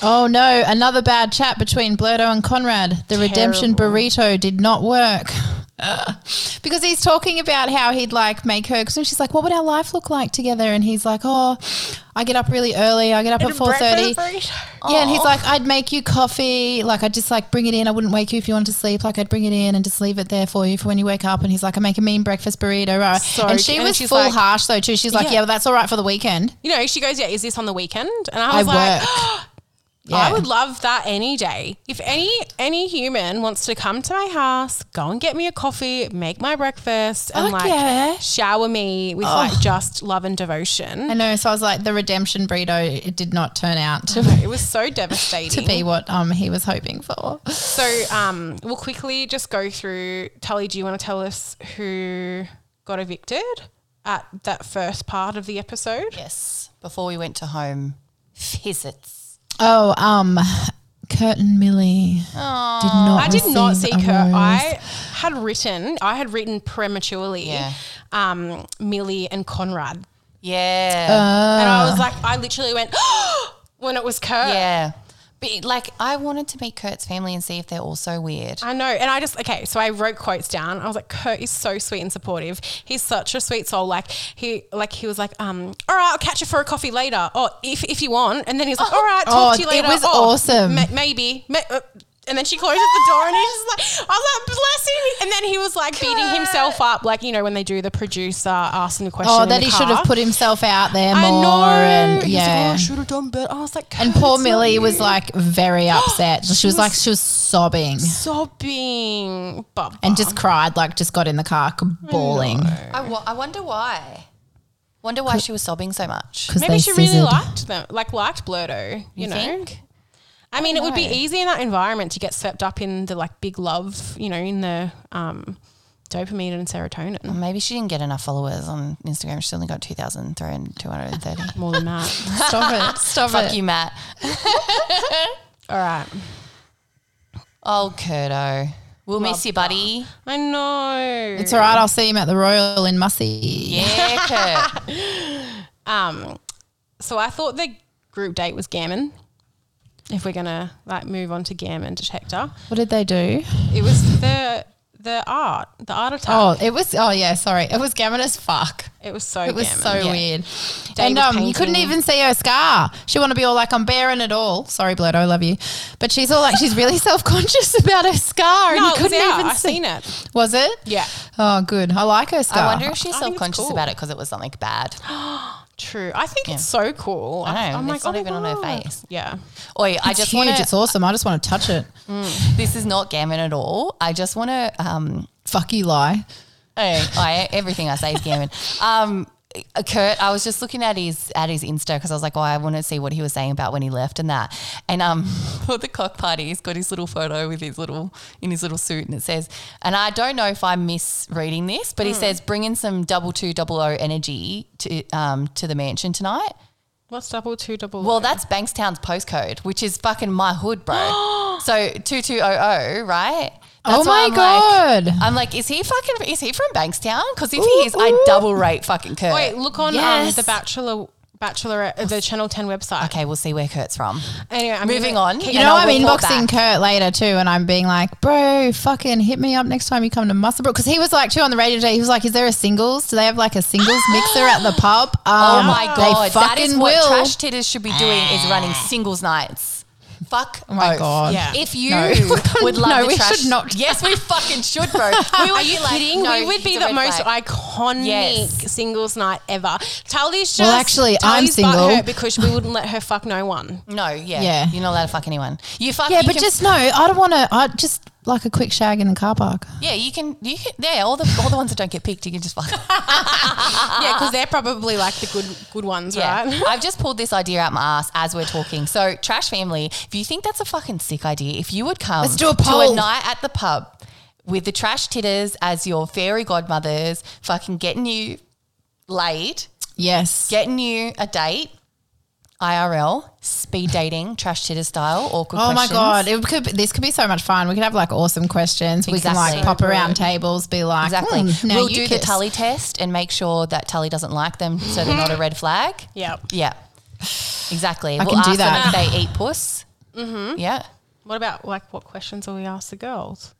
Speaker 3: Oh no, another bad chat between Blurto and Conrad. The redemption burrito did not work. because he's talking about how he'd like make her because she's like, What would our life look like together? And he's like, Oh, I get up really early, I get up at four thirty. Yeah, and he's like, I'd make you coffee, like I'd just like bring it in. I wouldn't wake you if you wanted to sleep, like I'd bring it in and just leave it there for you for when you wake up and he's like, I make a mean breakfast burrito, right?
Speaker 1: So
Speaker 3: and she
Speaker 1: cute. And
Speaker 3: was
Speaker 1: she's
Speaker 3: full
Speaker 1: like-
Speaker 3: harsh though too. She's like,
Speaker 1: Yeah.
Speaker 3: Yeah, well that's all right for the weekend.
Speaker 1: You know, she goes, "Yeah, is this on the weekend?" And
Speaker 3: I
Speaker 1: I was like,
Speaker 3: work. Yeah.
Speaker 1: I would love that any day. If any any human wants to come to my house, go and get me a coffee, make my breakfast, and
Speaker 3: Fuck
Speaker 1: like
Speaker 3: yeah.
Speaker 1: shower me with
Speaker 3: Oh.
Speaker 1: like just love and devotion.
Speaker 3: I know. So I was like, the redemption burrito, it did not turn out to,
Speaker 1: it was so devastating.
Speaker 3: to be what um he was hoping for.
Speaker 1: So um, we'll quickly just go through. Tully, do you want to tell us who got evicted at that first part of the episode?
Speaker 2: Yes. Before we went to home visits.
Speaker 3: Oh, um, Curtin Millie did not.
Speaker 1: I did not see
Speaker 3: receive
Speaker 1: Kurt.
Speaker 3: a rose.
Speaker 1: I had written, I had written prematurely
Speaker 2: Yeah.
Speaker 1: um, Millie and Conrad.
Speaker 2: Yeah.
Speaker 1: And I
Speaker 3: Ah.
Speaker 1: was like, I literally went, when it was Kurt.
Speaker 2: yeah. But like, I wanted to meet Kurt's family and see if they're also weird.
Speaker 1: I know. And I just, okay, so I wrote quotes down. I was like, Kurt is so sweet and supportive. He's such a sweet soul. Like, he, like, he was like, um, all right, I'll catch you for a coffee later. Oh, if, if you want. And then he's like, all right, talk
Speaker 3: Oh,
Speaker 1: to you
Speaker 3: it
Speaker 1: later.
Speaker 3: was
Speaker 1: Oh,
Speaker 3: awesome.
Speaker 1: ma- maybe. Ma- uh, and then she closes the door and he's just like, I was like, bless him. And then he was like beating himself up, like, you know, when they do the producer asking the question.
Speaker 3: Oh,
Speaker 1: in
Speaker 3: that
Speaker 1: the
Speaker 3: he should have
Speaker 1: car.
Speaker 3: put himself out there
Speaker 1: I
Speaker 3: more.
Speaker 1: know.
Speaker 3: And
Speaker 1: He's like,
Speaker 3: yeah.
Speaker 1: oh, I should have done better. I was like,
Speaker 3: and
Speaker 1: "Kurt,
Speaker 3: poor
Speaker 1: it's not
Speaker 3: Millie was
Speaker 1: you."
Speaker 3: like very upset. she,
Speaker 1: She
Speaker 3: was, like,
Speaker 1: was-
Speaker 3: she was sobbing
Speaker 1: sobbing. Bubba.
Speaker 3: and just cried, like just got in the car c- bawling.
Speaker 2: I, wa- I wonder why. Wonder why she was sobbing so much.
Speaker 3: Because
Speaker 1: Maybe
Speaker 3: they
Speaker 1: she really
Speaker 3: fizzled.
Speaker 1: liked them, like liked Blurdo. You,
Speaker 2: You
Speaker 1: know,
Speaker 2: think?
Speaker 1: I mean, it would be
Speaker 2: know.
Speaker 1: easy in that environment to get swept up in the like big love. You know, in the um, dopamine and serotonin.
Speaker 2: Maybe she didn't get enough followers on Instagram. She's only got 2,230.
Speaker 1: More than that.
Speaker 3: Stop it. Stop
Speaker 2: Fuck
Speaker 3: it.
Speaker 2: you, Matt.
Speaker 1: All right,
Speaker 2: Oh, Kurdo. We'll miss you, buddy.
Speaker 1: I know.
Speaker 3: It's all right. I'll see him at the Royal in Mussy.
Speaker 2: Yeah, Kurt.
Speaker 1: um, so I thought the group date was Gammon. If we're gonna like move on to Gammon Detector,
Speaker 3: What did they do?
Speaker 1: it was the the art, the art attack.
Speaker 3: Oh, it was. Oh, yeah. Sorry. It was gammon as fuck.
Speaker 1: It was so.
Speaker 3: It was
Speaker 1: Gammon.
Speaker 3: so
Speaker 2: yeah.
Speaker 3: weird.
Speaker 1: Dave
Speaker 3: and
Speaker 1: was
Speaker 3: um, you couldn't
Speaker 1: painting.
Speaker 3: even see her scar. She wanted to be all like, I'm bearing it all. Sorry, Blurdo, I love you. But she's all like, she's really self conscious about her scar. and
Speaker 1: No,
Speaker 3: you
Speaker 1: it was
Speaker 3: couldn't
Speaker 1: out.
Speaker 3: even
Speaker 1: I
Speaker 3: see.
Speaker 1: seen it.
Speaker 3: Was it?
Speaker 1: Yeah.
Speaker 3: Oh, good. I like her scar.
Speaker 2: I wonder if
Speaker 1: I
Speaker 2: she's
Speaker 1: think it's
Speaker 2: self conscious
Speaker 1: cool.
Speaker 2: about it because it was something bad.
Speaker 1: True. I think it's so cool.
Speaker 2: I know,
Speaker 1: I'm oh
Speaker 2: it's not even on her face.
Speaker 1: Yeah.
Speaker 2: Oi, I
Speaker 3: It's
Speaker 2: just
Speaker 3: huge.
Speaker 2: want
Speaker 3: It's
Speaker 2: to.
Speaker 3: awesome. I just want to touch it.
Speaker 2: This is not gammon at all. I just want to. Um,
Speaker 3: Fuck you, lie.
Speaker 2: Hey, I, everything I say is gammon. Um, Kurt, I was just looking at his at his Insta because I was like, oh, I want to see what he was saying about when he left and that. And um, for the cock party, he's got his little photo with his little in his little suit, and it says, and I don't know if I'm misreading this, but he says, bring in some double two double O energy to um to the mansion tonight.
Speaker 1: What's double two double?
Speaker 2: Well, that's Bankstown's postcode, which is fucking my hood, bro. so two two oh oh, right? That's why
Speaker 3: oh, my
Speaker 2: I'm like-
Speaker 3: God.
Speaker 2: I'm like, is he fucking? Is he from Bankstown? Because if
Speaker 3: Ooh,
Speaker 2: he is, I
Speaker 3: ooh.
Speaker 2: double rate fucking Kurt.
Speaker 1: wait. Look on
Speaker 3: Yes.
Speaker 1: um, the Bachelor, Bachelorette, uh, the Channel Ten website.
Speaker 2: Okay, we'll see where Kurt's from.
Speaker 1: Anyway, I'm
Speaker 2: Moving
Speaker 1: gonna-
Speaker 2: on.
Speaker 1: Keep-
Speaker 3: you
Speaker 2: and
Speaker 3: know,
Speaker 2: I'll
Speaker 3: I'm
Speaker 2: report
Speaker 3: inboxing
Speaker 2: back.
Speaker 3: Kurt later too, and I'm being like, bro, fucking hit me up next time you come to Musselburgh. Because he was like, too, on the radio today, he was like, is there a singles? Do they have like a singles mixer at the pub? Um,
Speaker 2: Oh my god,
Speaker 3: They
Speaker 2: that
Speaker 3: fucking
Speaker 2: is what
Speaker 3: will.
Speaker 2: trash titters should be doing is running singles nights. Fuck.
Speaker 3: oh my
Speaker 2: oath.
Speaker 3: God.
Speaker 1: Yeah.
Speaker 2: If you
Speaker 3: No.
Speaker 2: would love
Speaker 3: No,
Speaker 2: the
Speaker 3: we
Speaker 2: trash,
Speaker 3: should not.
Speaker 2: Yes, we fucking should, bro. We
Speaker 1: Are
Speaker 2: would
Speaker 1: you
Speaker 2: be like,
Speaker 1: kidding?
Speaker 2: no,
Speaker 1: we would be
Speaker 2: he's a
Speaker 1: the
Speaker 2: red
Speaker 1: most
Speaker 2: flag.
Speaker 1: iconic
Speaker 2: Yes.
Speaker 1: singles night ever. Tully's just.
Speaker 3: Well, actually, I'm
Speaker 1: Tully's butthurt
Speaker 3: single.
Speaker 1: because we wouldn't let her fuck no one.
Speaker 2: No, yeah,
Speaker 3: Yeah.
Speaker 2: You're not allowed to fuck anyone. You fuck.
Speaker 3: Yeah,
Speaker 2: you
Speaker 3: but
Speaker 2: can-
Speaker 3: just no, I don't want to, I just like a quick shag in the car park.
Speaker 2: yeah, you can. You can. Yeah, all the all the ones that don't get picked, you can just fuck.
Speaker 1: yeah, because they're probably like the good good ones, right?
Speaker 2: I've just pulled this idea out my ass as we're talking. So, Trash Family, if you think that's a fucking sick idea, if you would come
Speaker 3: Let's do a
Speaker 2: to
Speaker 3: poll.
Speaker 2: a night at the pub with the Trash Titters as your fairy godmothers, fucking getting you laid,
Speaker 3: Yes.
Speaker 2: getting you a date, IRL, speed dating, Trash Titter style, awkward
Speaker 3: Oh my
Speaker 2: questions.
Speaker 3: god! It could. Be, this could be so much fun. We could have like awesome questions. We can like
Speaker 2: Exactly.
Speaker 3: pop around tables, be like,
Speaker 2: Exactly.
Speaker 3: "Hmm, now
Speaker 2: we'll
Speaker 3: you
Speaker 2: do
Speaker 3: kiss."
Speaker 2: the Tully test and make sure that Tully doesn't like them so they're not a red flag.
Speaker 1: Yeah.
Speaker 2: Yeah. Exactly. I we'll
Speaker 3: can do
Speaker 2: ask
Speaker 3: that.
Speaker 2: them if they eat puss. Mm-hmm. Yeah.
Speaker 1: What about like what questions will we ask the girls?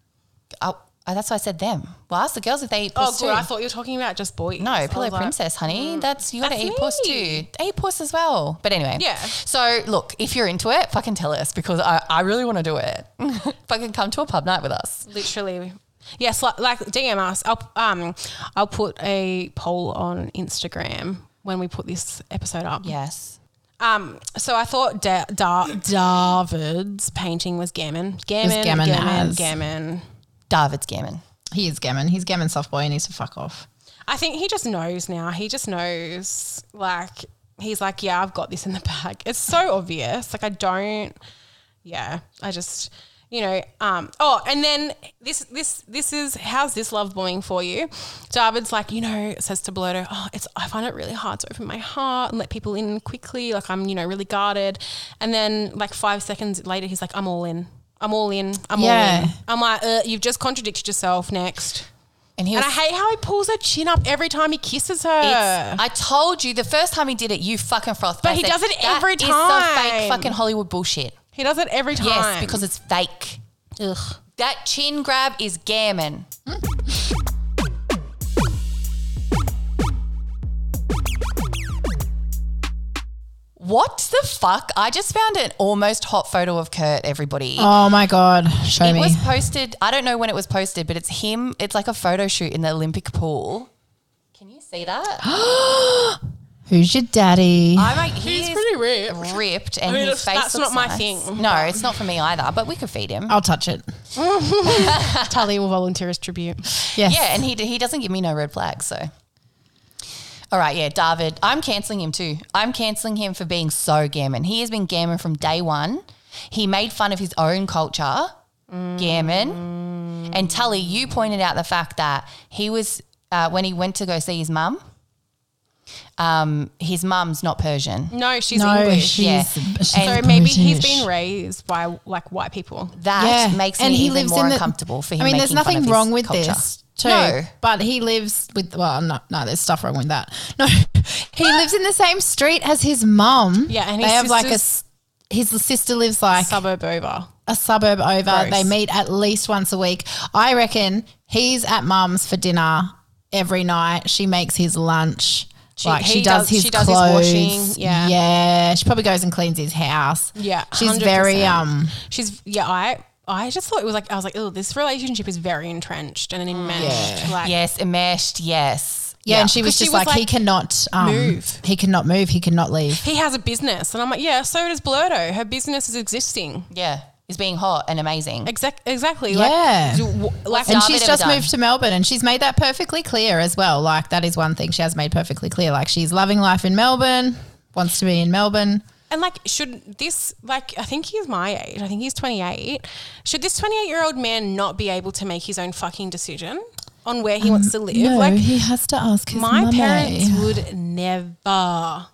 Speaker 2: Oh, oh, that's why I said them. Well, ask the girls if they eat
Speaker 1: Oh,
Speaker 2: puss
Speaker 1: good.
Speaker 2: too.
Speaker 1: I thought you were talking about just boys. I
Speaker 2: no,
Speaker 1: was
Speaker 2: Pillow
Speaker 1: like- mm,
Speaker 2: Princess, honey. that's you got to
Speaker 1: That's
Speaker 2: eat puss too.
Speaker 1: me.
Speaker 2: Eat puss as well. But anyway,
Speaker 1: Yeah.
Speaker 2: So look, if you're into it, fucking tell us because I, I really want to do it. fucking come to a pub night with us.
Speaker 1: literally yes like, like dm us i'll um i'll put a poll on instagram when we put this episode up
Speaker 2: Yes.
Speaker 1: Um, so I thought da- da- David's painting was gammon. Gammon,
Speaker 3: gammon
Speaker 1: gammon, gammon,
Speaker 3: as-
Speaker 2: David's gammon.
Speaker 3: He is gammon. He's gammon soft boy. He needs to fuck off.
Speaker 1: I think he just knows now. He just knows, like, he's like, yeah, I've got this in the bag. It's so obvious. Like, I don't, yeah, I just, you know, um, oh, and then this, this, this is, how's this love bombing for you? David's like, you know, says to Blurto, oh, it's, I find it really hard to open my heart and let people in quickly. Like, I'm, you know, really guarded. And then, like, five seconds later, he's like, I'm all in. I'm all in. I'm
Speaker 3: Yeah.
Speaker 1: all in. I'm like, uh, you've just contradicted yourself. Next.
Speaker 2: And he
Speaker 1: And
Speaker 2: was
Speaker 1: I hate how he pulls her chin up every time he kisses her.
Speaker 2: It's, I told you the first time he did it, you fucking frothed.
Speaker 1: But
Speaker 2: I
Speaker 1: he does it every
Speaker 2: "That is some fake
Speaker 1: time."
Speaker 2: fucking Hollywood bullshit.
Speaker 1: He does it every time.
Speaker 2: Yes, because it's fake. Ugh. That chin grab is gammon. What the fuck? I just found an almost hot photo of Kurt, everybody.
Speaker 3: Oh my god, show
Speaker 2: it
Speaker 3: me.
Speaker 2: was posted, I don't know when it was posted, but it's him. It's like a photo shoot in the Olympic pool. Can you see that?
Speaker 3: Who's your daddy?
Speaker 2: I'm like, he's
Speaker 1: pretty ripped.
Speaker 2: ripped, and
Speaker 1: I mean,
Speaker 2: his
Speaker 1: it's-
Speaker 2: face.
Speaker 1: that's
Speaker 2: looks
Speaker 1: not my
Speaker 2: nice.
Speaker 1: thing. Oh,
Speaker 2: No, it's not for me either. But we could feed him.
Speaker 3: I'll touch it.
Speaker 1: Tully will volunteer as tribute.
Speaker 3: Yes.
Speaker 2: Yeah, and he he doesn't give me no red flags. So, all right, yeah, David, I'm canceling him too. I'm canceling him for being so gammon. He has been gammon from day one. He made fun of his own culture, gammon.
Speaker 1: Mm.
Speaker 2: And Tully, you pointed out the fact that he was uh, when he went to go see his mum. Um, his mum's not Persian.
Speaker 1: No, she's
Speaker 3: no,
Speaker 1: English.
Speaker 3: she's,
Speaker 2: yeah.
Speaker 3: she's
Speaker 1: so
Speaker 2: And
Speaker 1: maybe
Speaker 3: British.
Speaker 1: he's been raised by like white people.
Speaker 2: That makes me even more
Speaker 3: the-
Speaker 2: uncomfortable for him.
Speaker 3: I mean, there's
Speaker 2: making fun
Speaker 3: nothing
Speaker 2: of his
Speaker 3: wrong with
Speaker 2: culture.
Speaker 3: this. Too,
Speaker 2: No.
Speaker 3: but he lives with well, no, no, there's stuff wrong with that. No, he lives in the same street as his mum.
Speaker 1: Yeah, and
Speaker 3: they
Speaker 1: his
Speaker 3: have like a
Speaker 1: sister's-
Speaker 3: s- his sister lives like
Speaker 1: Suburb over.
Speaker 3: a suburb over.
Speaker 1: Gross.
Speaker 3: They meet at least once a week. I reckon he's at mum's for dinner every night. She makes his lunch. like she
Speaker 1: he
Speaker 3: does,
Speaker 1: does-
Speaker 3: his
Speaker 1: she does his
Speaker 3: clothes.
Speaker 1: washing, yeah.
Speaker 3: yeah. She probably goes and cleans his house.
Speaker 1: Yeah,
Speaker 3: she's very
Speaker 1: 100%.
Speaker 3: um.
Speaker 1: She's yeah. I I just thought it was like I was like, oh, this relationship is very entrenched
Speaker 3: Mm,
Speaker 1: and enmeshed. Like
Speaker 2: Yes, enmeshed. Yes.
Speaker 3: Yeah, and she was
Speaker 1: 'Cause
Speaker 3: just
Speaker 1: she was
Speaker 3: like, he
Speaker 1: like,
Speaker 3: cannot um,
Speaker 1: move.
Speaker 3: He cannot move. He cannot leave.
Speaker 1: he has a business, and I'm like, yeah. So does Blurto. Her business is existing.
Speaker 2: Yeah, is being hot and amazing.
Speaker 1: Exact, exactly.
Speaker 3: Yeah.
Speaker 1: Like, do- w- like
Speaker 3: And
Speaker 2: Darby
Speaker 3: she's
Speaker 2: never
Speaker 3: just
Speaker 2: done.
Speaker 3: moved to Melbourne and she's made that perfectly clear as well. Like, that is one thing she has made perfectly clear. Like, she's loving life in Melbourne, wants to be in Melbourne.
Speaker 1: And like, should this like I think he's my age. I think he's twenty eight. Should this twenty eight year old man not be able to make his own fucking decision on where he wants
Speaker 2: Mm,
Speaker 1: to live? like
Speaker 3: he has to ask his
Speaker 1: my parents would never.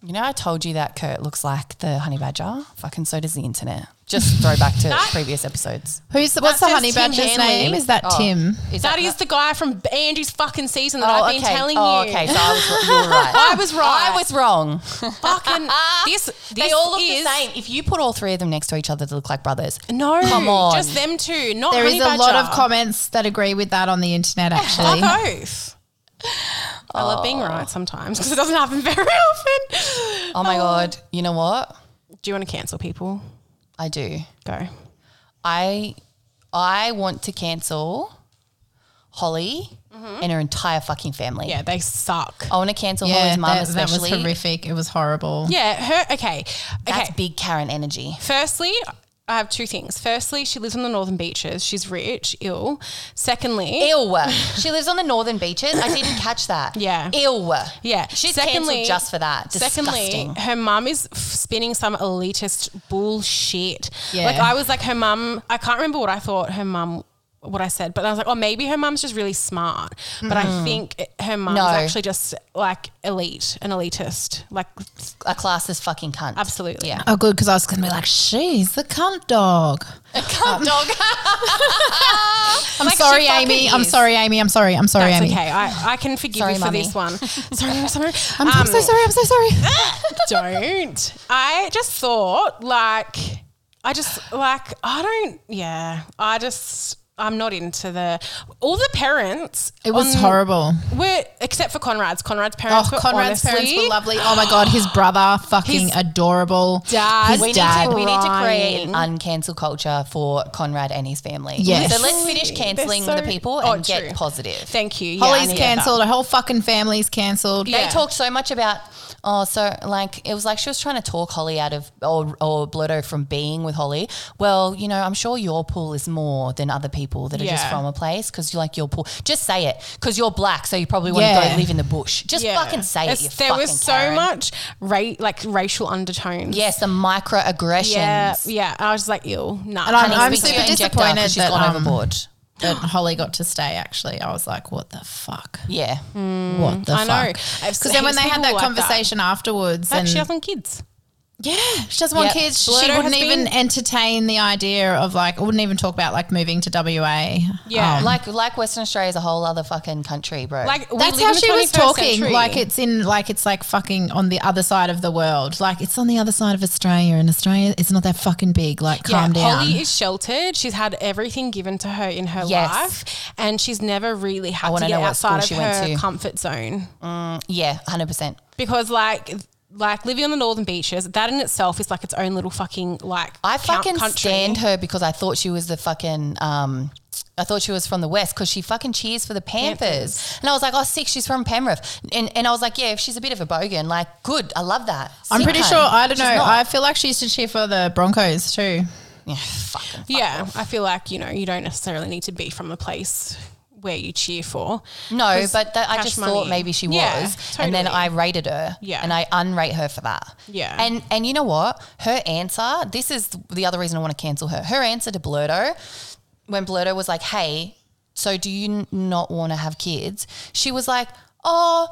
Speaker 2: You know, I told you that Kurt looks like the honey badger. Fucking so does the internet. Just throw back to previous episodes.
Speaker 3: Who's what's the
Speaker 1: That's
Speaker 3: honey
Speaker 1: just Tim
Speaker 3: badger's
Speaker 1: Hanley.
Speaker 3: name? Is that Tim?
Speaker 2: Is
Speaker 1: That is the guy from Angie's fucking season that
Speaker 2: Oh,
Speaker 1: I've been
Speaker 2: okay.
Speaker 1: telling
Speaker 2: oh,
Speaker 1: you.
Speaker 2: Okay, Ah! so I was, you were right.
Speaker 1: I was right.
Speaker 2: I was wrong.
Speaker 1: Fucking this. this
Speaker 2: they all look
Speaker 1: is,
Speaker 2: the same. If you put all three of them next to each other, they look like brothers.
Speaker 1: No,
Speaker 2: Come on.
Speaker 1: just them two. Not
Speaker 3: There is
Speaker 1: honey
Speaker 3: a lot
Speaker 1: badger.
Speaker 3: of comments that agree with that on the internet, actually.
Speaker 1: Fuck oath. I love being right sometimes because it doesn't happen very often.
Speaker 2: Oh my god. You know what?
Speaker 1: Do you want to cancel people?
Speaker 2: I do.
Speaker 1: Go.
Speaker 2: I I want to cancel Holly and her entire fucking family.
Speaker 1: Yeah, they suck.
Speaker 2: I want to cancel
Speaker 3: yeah,
Speaker 2: Holly's mum
Speaker 3: that, that was
Speaker 2: especially.
Speaker 3: horrific. It was horrible.
Speaker 1: Yeah, her. Okay, okay.
Speaker 2: That's big Karen energy.
Speaker 1: Firstly, I have two things. Firstly, she lives on the northern beaches. She's rich, ill. Secondly,
Speaker 2: Ew. She lives on the northern beaches. I didn't catch that.
Speaker 1: Yeah.
Speaker 2: Ew.
Speaker 1: Yeah.
Speaker 2: She's
Speaker 1: Secondly-
Speaker 2: cancelled just for that. Disgusting.
Speaker 1: Secondly, her mum is f- spinning some elitist bullshit.
Speaker 3: Yeah.
Speaker 1: Like I was like her mum. I can't remember what I thought her mum. What I said, but I was like, oh, maybe her mum's just really smart. But I think it- her mum's
Speaker 2: Hmm. No.
Speaker 1: actually just like elite, an elitist. Like,
Speaker 2: a classist fucking cunt.
Speaker 1: absolutely.
Speaker 2: Yeah.
Speaker 3: Oh, good, because I was going to be like, she's the cunt dog.
Speaker 2: A cunt dog.
Speaker 3: I'm
Speaker 2: Like, she
Speaker 3: sorry,
Speaker 2: fucking
Speaker 3: Amy. I'm
Speaker 2: is.
Speaker 3: sorry, Amy. I'm sorry. I'm sorry,
Speaker 1: That's
Speaker 3: Amy.
Speaker 1: okay. I, I can forgive
Speaker 2: Sorry,
Speaker 1: you for
Speaker 2: mummy.
Speaker 1: this one. sorry, I'm sorry.
Speaker 3: I'm, I'm
Speaker 1: Um,
Speaker 3: so sorry. I'm so sorry.
Speaker 1: don't. I just thought like I just like I don't yeah. I just I'm not into the all the parents.
Speaker 3: It was
Speaker 1: on-
Speaker 3: horrible.
Speaker 1: Were except for Conrad's. Conrad's parents.
Speaker 3: Oh,
Speaker 1: were
Speaker 3: Conrad's
Speaker 1: honestly,
Speaker 3: parents were lovely. Oh my god, his brother, fucking
Speaker 1: His
Speaker 3: adorable.
Speaker 1: dad-
Speaker 3: his
Speaker 2: we
Speaker 3: dad.
Speaker 2: Need to, we need to create an
Speaker 1: crying.
Speaker 2: uncancel culture for Conrad and his family.
Speaker 3: Yes.
Speaker 2: So let's finish
Speaker 1: Literally,
Speaker 2: cancelling
Speaker 1: they're
Speaker 2: the
Speaker 1: so-
Speaker 2: people
Speaker 1: Oh,
Speaker 2: and
Speaker 1: true.
Speaker 2: get positive.
Speaker 1: Thank you. Yeah, I
Speaker 3: Holly's
Speaker 1: need that.
Speaker 3: cancelled. Her whole fucking family's cancelled.
Speaker 1: Yeah.
Speaker 2: They talked so much about oh, so like it was like she was trying to talk Holly out of or or Blurdo from being with Holly. Well, you know, I'm sure your pool is more than other people that are just
Speaker 1: Yeah.
Speaker 2: from a place because you like your pool. Just say it because you're black, so you probably want to
Speaker 3: Yeah.
Speaker 2: go live in the bush. Just
Speaker 1: Yeah.
Speaker 2: fucking say
Speaker 1: It's-
Speaker 2: it. You
Speaker 1: there
Speaker 2: fucking
Speaker 1: was so
Speaker 2: Karen.
Speaker 1: much ra- like racial undertones.
Speaker 2: Yes, the microaggressions.
Speaker 1: Yeah, yeah. I was just like, ew, nah.
Speaker 3: And I'm-
Speaker 2: Honey,
Speaker 3: I'm
Speaker 2: speak to
Speaker 3: super
Speaker 2: your injector 'cause
Speaker 3: disappointed
Speaker 2: she's
Speaker 3: that,
Speaker 2: gone
Speaker 3: um,
Speaker 2: overboard.
Speaker 3: that Holly got to stay. Actually, I was like, what the fuck?
Speaker 2: Yeah.
Speaker 3: what the
Speaker 1: Hmm, I
Speaker 3: fuck?
Speaker 1: know. I've
Speaker 3: Because then when
Speaker 1: heaps
Speaker 3: they
Speaker 1: of people
Speaker 3: had that
Speaker 1: like
Speaker 3: conversation afterwards,
Speaker 1: Like,
Speaker 3: and
Speaker 1: she doesn't kids.
Speaker 3: yeah, she doesn't want
Speaker 2: Yep.
Speaker 3: kids. She
Speaker 1: Blurto
Speaker 3: wouldn't
Speaker 1: has
Speaker 3: even
Speaker 1: been-
Speaker 3: entertain the idea of like, I wouldn't even talk about like moving to Um, WA.
Speaker 1: Yeah.
Speaker 2: Like like Western Australia is a whole other fucking country, bro.
Speaker 1: Like we
Speaker 3: That's
Speaker 1: live
Speaker 3: how
Speaker 1: in the
Speaker 3: she was
Speaker 1: 21st
Speaker 3: talking.
Speaker 1: century.
Speaker 3: Like it's in, like it's like fucking on the other side of the world. Like it's on the other side of Australia, and Australia is not that fucking big. Like, calm down.
Speaker 1: Holly is sheltered. She's had everything given to her in her
Speaker 2: Yes.
Speaker 1: life, and she's never really had to
Speaker 2: wanna
Speaker 1: get
Speaker 2: know what
Speaker 1: outside of
Speaker 2: school she went
Speaker 1: her
Speaker 2: to.
Speaker 1: comfort zone
Speaker 2: yeah, hundred percent.
Speaker 1: because, like, like living on the northern beaches, that in itself is like its own little fucking like
Speaker 2: I
Speaker 1: count-
Speaker 2: fucking
Speaker 1: country.
Speaker 2: stand her because I thought she was the fucking. Um, I thought she was from the West because she fucking cheers for the Panthers. And I was like, oh, sick, she's from Penrith. And, and I was like, yeah, if she's a bit of a bogan, like, good, I love that.
Speaker 3: I'm
Speaker 2: Sick,
Speaker 3: pretty
Speaker 2: hun.
Speaker 3: sure. I don't
Speaker 2: She's
Speaker 3: know.
Speaker 2: not.
Speaker 3: I feel like she used to cheer for the Broncos too.
Speaker 2: Yeah, fucking.
Speaker 1: Yeah, I feel like you know you don't necessarily need to be from a place where you cheer for.
Speaker 2: No,
Speaker 1: 'Cause
Speaker 2: but that, I
Speaker 1: cash
Speaker 2: just
Speaker 1: money.
Speaker 2: thought maybe she was,
Speaker 1: Yeah,
Speaker 2: and then
Speaker 1: totally.
Speaker 2: I rated her,
Speaker 1: Yeah.
Speaker 2: and I unrate her for that,
Speaker 1: Yeah.
Speaker 2: And and you know what? Her answer. This is the other reason I want to cancel her. Her answer to Blurto, when Blurto was like, "Hey, so do you n- not want to have kids?" She was like, "Oh,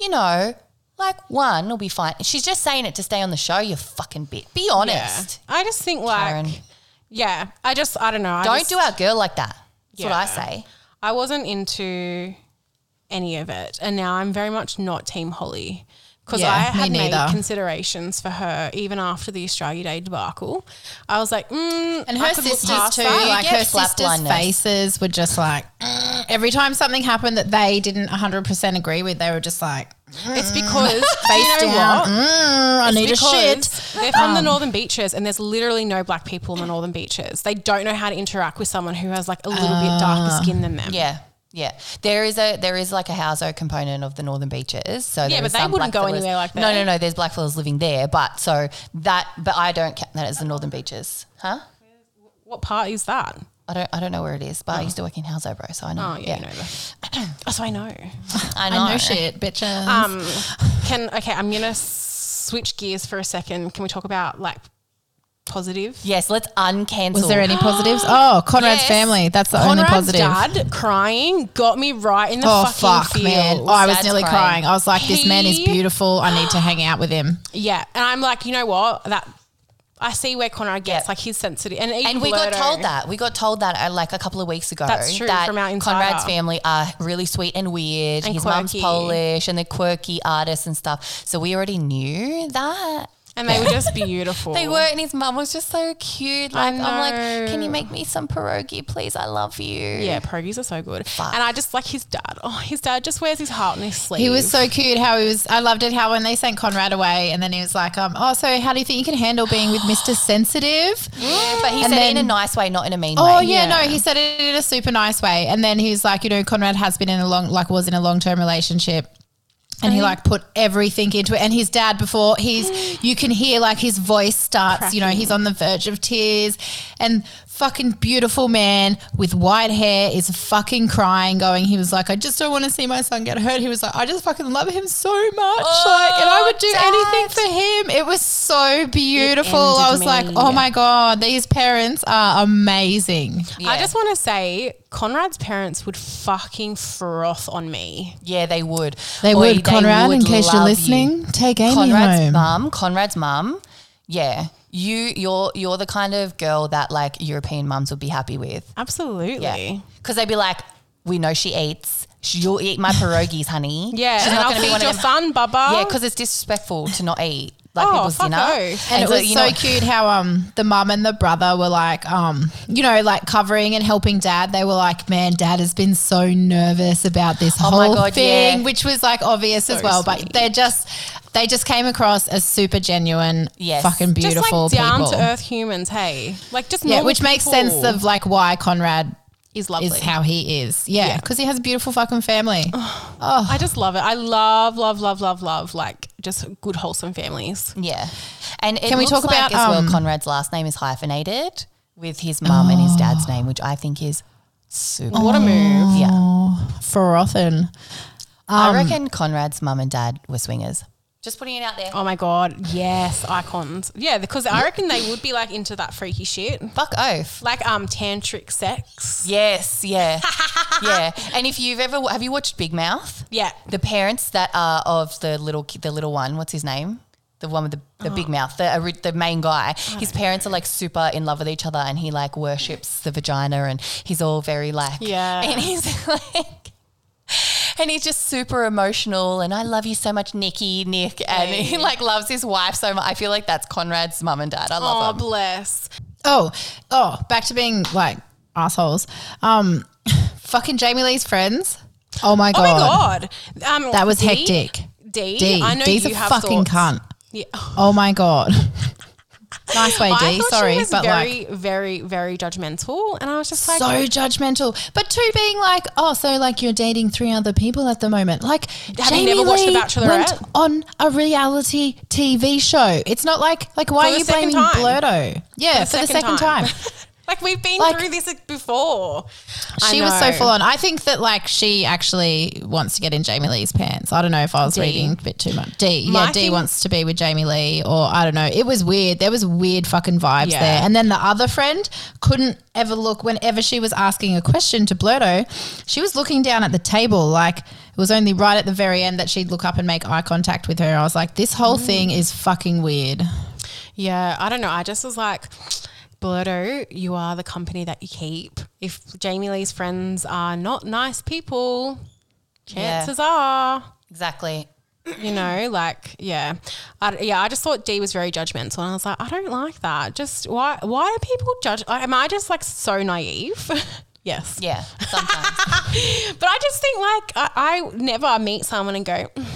Speaker 2: you know." Like one will be fine. She's just saying it to stay on the show. You fucking bit. Be honest.
Speaker 1: Yeah. I just think like,
Speaker 2: Karen.
Speaker 1: yeah, I just I don't know. I
Speaker 2: Don't
Speaker 1: just-
Speaker 2: do our girl like that. That's what I
Speaker 1: Yeah.
Speaker 2: say.
Speaker 1: I wasn't into any of it, and now I'm very much not Team Holly because
Speaker 3: Yeah,
Speaker 1: I
Speaker 3: me
Speaker 1: had
Speaker 3: neither.
Speaker 1: made considerations for her even after the Australia Day debacle. I was like, mm,
Speaker 3: And
Speaker 1: I
Speaker 3: her
Speaker 1: could look
Speaker 3: sisters
Speaker 1: past
Speaker 3: too,
Speaker 1: that.
Speaker 3: like
Speaker 2: You get
Speaker 3: her sisters'
Speaker 2: flatliners.
Speaker 3: faces were just like "Mm." every time something happened that they didn't 100% agree with, they were just like,
Speaker 1: It's because do you know
Speaker 3: down.
Speaker 1: what?
Speaker 3: "Mm, Oh. I need a shit.
Speaker 1: Because They're from the Northern Beaches, and there's literally no black people in the Northern Beaches. They don't know how to interact with someone who has like a little bit
Speaker 3: Ah.
Speaker 1: darker skin than them.
Speaker 2: Yeah. Yeah, there is a there is like a houso component of the northern beaches. So there
Speaker 1: but
Speaker 2: is
Speaker 1: they
Speaker 2: some
Speaker 1: wouldn't
Speaker 2: black
Speaker 1: go
Speaker 2: fellas-
Speaker 1: anywhere like
Speaker 2: No,
Speaker 1: that.
Speaker 2: no, no. There's black fellas living there, but so that but I don't count that as the northern beaches, huh?
Speaker 1: What part is that?
Speaker 2: I don't I don't know where it is, but I used to work in houso, bro. So I know.
Speaker 1: Oh, yeah, you know that. Oh, so I know.
Speaker 2: I know.
Speaker 3: I know shit, bitches.
Speaker 1: Um, can okay, I'm gonna switch gears for a second. Can we talk about like positive?
Speaker 2: Yes, let's uncancel.
Speaker 3: Was there any positives? Oh, Conrad's
Speaker 2: Yes.
Speaker 3: family. That's the only
Speaker 1: Conrad's
Speaker 3: positive.
Speaker 1: dad crying got me right in the
Speaker 3: Oh
Speaker 1: fucking
Speaker 3: fuck,
Speaker 1: feels.
Speaker 3: man! Oh, I was
Speaker 2: Dad's
Speaker 3: nearly crying.
Speaker 2: crying.
Speaker 3: I was like, "This man is
Speaker 1: He-
Speaker 3: beautiful. I need to hang out with him."
Speaker 1: Yeah, and I'm like, you know what? That I see where Conrad gets
Speaker 2: Yeah.
Speaker 1: like he's sensitive, and even
Speaker 2: and we got
Speaker 1: Blurto.
Speaker 2: told that we got told that uh, like a couple of weeks ago.
Speaker 1: That's true,
Speaker 2: That
Speaker 1: from our insider.
Speaker 2: Conrad's family are really sweet and weird.
Speaker 1: And
Speaker 2: His mum's
Speaker 1: quirky.
Speaker 2: Polish, and they're quirky artists and stuff. So we already knew that.
Speaker 1: and they were just beautiful.
Speaker 2: They were, and his mum was just so cute.
Speaker 1: I
Speaker 2: Like I'm like, can
Speaker 1: know.
Speaker 2: you make me some pierogi, please? I love you.
Speaker 1: Yeah, pierogies are so good. And I just like his dad. Oh, his dad just wears his heart on his sleeve.
Speaker 3: He was so cute. How he was. I loved it. How when they sent Conrad away, and then he was like, "Um, oh, so how do you think you can handle being with Mister Sensitive?"
Speaker 2: but he
Speaker 3: And
Speaker 2: said it in a
Speaker 3: then-
Speaker 2: nice way, not in a mean
Speaker 3: Oh
Speaker 2: way.
Speaker 3: yeah,
Speaker 1: Yeah.
Speaker 3: no, he said it in a super nice way, and then he was like, you know, Conrad has been in a long, like, was in a long term relationship. And he like put everything into it. And his dad before he's you can hear like his voice starts, you know, he's on the verge of tears. And fucking beautiful man with white hair is fucking crying, going, he was like, I just don't want to see my son get hurt. He was like, I just fucking love him so much. like and I would do
Speaker 2: Dad.
Speaker 3: anything for him. It was so beautiful. I
Speaker 1: ended
Speaker 3: was like,
Speaker 1: me.
Speaker 3: oh my god, these parents are amazing.
Speaker 1: I
Speaker 2: Yeah.
Speaker 1: just want to say Conrad's parents would fucking froth on me.
Speaker 2: Yeah, they would.
Speaker 3: They
Speaker 2: Oi,
Speaker 3: would, Conrad, in case you're
Speaker 2: love you.
Speaker 3: listening, take Amy
Speaker 2: Conrad's
Speaker 3: home.
Speaker 2: mum, Conrad's mum. Yeah. You you're you're the kind of girl that like European mums would be happy with.
Speaker 1: Absolutely.
Speaker 2: Yeah. Cuz they'd be like, "We know she eats. She, you'll eat my pierogies, honey."
Speaker 1: Yeah,
Speaker 2: She's
Speaker 1: and
Speaker 2: not
Speaker 1: I'll
Speaker 2: going to be
Speaker 1: feed
Speaker 2: one
Speaker 1: your
Speaker 2: of them.
Speaker 1: son, Baba.
Speaker 2: Yeah, cuz it's disrespectful to not eat. like
Speaker 1: Oh,
Speaker 2: people's
Speaker 1: fuck
Speaker 2: dinner.
Speaker 1: no.
Speaker 3: And, it
Speaker 2: so,
Speaker 3: was
Speaker 2: uh, you
Speaker 3: so
Speaker 2: know,
Speaker 3: cute how um the mum and the brother were like um you know like covering and helping dad. They were like, man, dad has been so nervous about this
Speaker 2: Oh
Speaker 3: whole
Speaker 2: my God,
Speaker 3: thing,
Speaker 2: yeah.
Speaker 3: which was like obvious as well. But they just they just came across as super genuine,
Speaker 2: Yes.
Speaker 3: fucking beautiful
Speaker 1: just like down
Speaker 3: people.
Speaker 1: to earth humans. Hey, like just
Speaker 3: Yeah,
Speaker 1: normal
Speaker 3: which makes
Speaker 1: people.
Speaker 3: sense of like why Conrad
Speaker 1: is lovely.
Speaker 3: is how he is. Yeah,
Speaker 1: Yeah. Oh.
Speaker 3: because he has a beautiful fucking family.
Speaker 1: I just love it. I love, love, love, love, love. Like just good wholesome families.
Speaker 2: yeah. And it
Speaker 3: Can we
Speaker 2: looks
Speaker 3: talk
Speaker 2: like
Speaker 3: about,
Speaker 2: as
Speaker 3: um,
Speaker 2: well? Conrad's last name is hyphenated with his mum and his dad's name, which I think is super.
Speaker 1: What a move.
Speaker 2: Yeah,
Speaker 3: Ferrothin.
Speaker 2: I reckon Conrad's mum and dad were swingers. Just putting it out there.
Speaker 1: Oh my god, yes, icons. Yeah, because I reckon they would be like into that freaky shit,
Speaker 2: Fuck oath.
Speaker 1: like um tantric sex.
Speaker 2: Yes, yeah, yeah. And if you've ever have you watched Big Mouth?
Speaker 1: Yeah,
Speaker 2: The parents that are of the little ki- the little one, what's his name? The one with the, the big mouth, the ori- the main guy. His parents are like super in love with each other, and he like worships the vagina, and he's all very like
Speaker 1: Yeah.
Speaker 2: and he's like. And he's just super emotional, and I love you so much, Nikki, Nick, and he like loves his wife so much. I feel like that's Conrad's mum and dad. I
Speaker 1: oh
Speaker 2: love them.
Speaker 1: bless.
Speaker 3: Oh, oh, back to being like assholes. Um, fucking Jamie Lee's friends. Oh my god,
Speaker 1: Oh my god, um,
Speaker 3: that was
Speaker 1: D-
Speaker 3: hectic.
Speaker 1: D,
Speaker 3: D,
Speaker 1: I know
Speaker 3: D's
Speaker 1: you
Speaker 3: a
Speaker 1: have
Speaker 3: fucking
Speaker 1: thoughts.
Speaker 3: cunt.
Speaker 1: Yeah.
Speaker 3: Oh my god. nice way,
Speaker 1: I
Speaker 3: D.
Speaker 1: thought
Speaker 3: Sorry,
Speaker 1: she was
Speaker 3: but like
Speaker 1: very, very, very judgmental, and I was just like,
Speaker 3: so judgmental. But two being like, oh, so like you're dating three other people at the moment. Like,
Speaker 1: Have you
Speaker 3: Jamie
Speaker 1: never watched The
Speaker 3: Lee
Speaker 1: Bachelorette?
Speaker 3: went on a reality TV show. It's not like like why
Speaker 1: For
Speaker 3: are
Speaker 1: the
Speaker 3: you
Speaker 1: second
Speaker 3: blaming
Speaker 1: time.
Speaker 3: Blurdo? Yeah, for the second time.
Speaker 1: like we've been
Speaker 3: Like-
Speaker 1: through this before. I
Speaker 3: She was so
Speaker 1: know.
Speaker 3: full on. I think that like she actually wants to get in Jamie Lee's pants. I don't know if I was reading a bit too much. D,
Speaker 1: My
Speaker 3: yeah, D
Speaker 1: thing-
Speaker 3: wants to be with Jamie Lee, or I don't know. It was weird. There was weird fucking vibes
Speaker 1: Yeah.
Speaker 3: there. And then the other friend couldn't ever look. Whenever she was asking a question to Blurto, she was looking down at the table. Like it was only right at the very end that she'd look up and make eye contact with her. I was like, this whole
Speaker 1: Mm.
Speaker 3: thing is fucking weird.
Speaker 1: Yeah, I don't know. I just was like, Blurto, you are the company that you keep. If Jamie Lee's friends are not nice people,
Speaker 2: Yeah.
Speaker 1: chances are,
Speaker 2: Exactly.
Speaker 1: you know, like, yeah, I, yeah. I just thought D was very judgmental, and I was like, I don't like that. Just why? Why do people judge? I- Am I just like so naive? yes,
Speaker 2: Yeah. Sometimes.
Speaker 1: but I just think like I, I never meet someone and go. "Mm,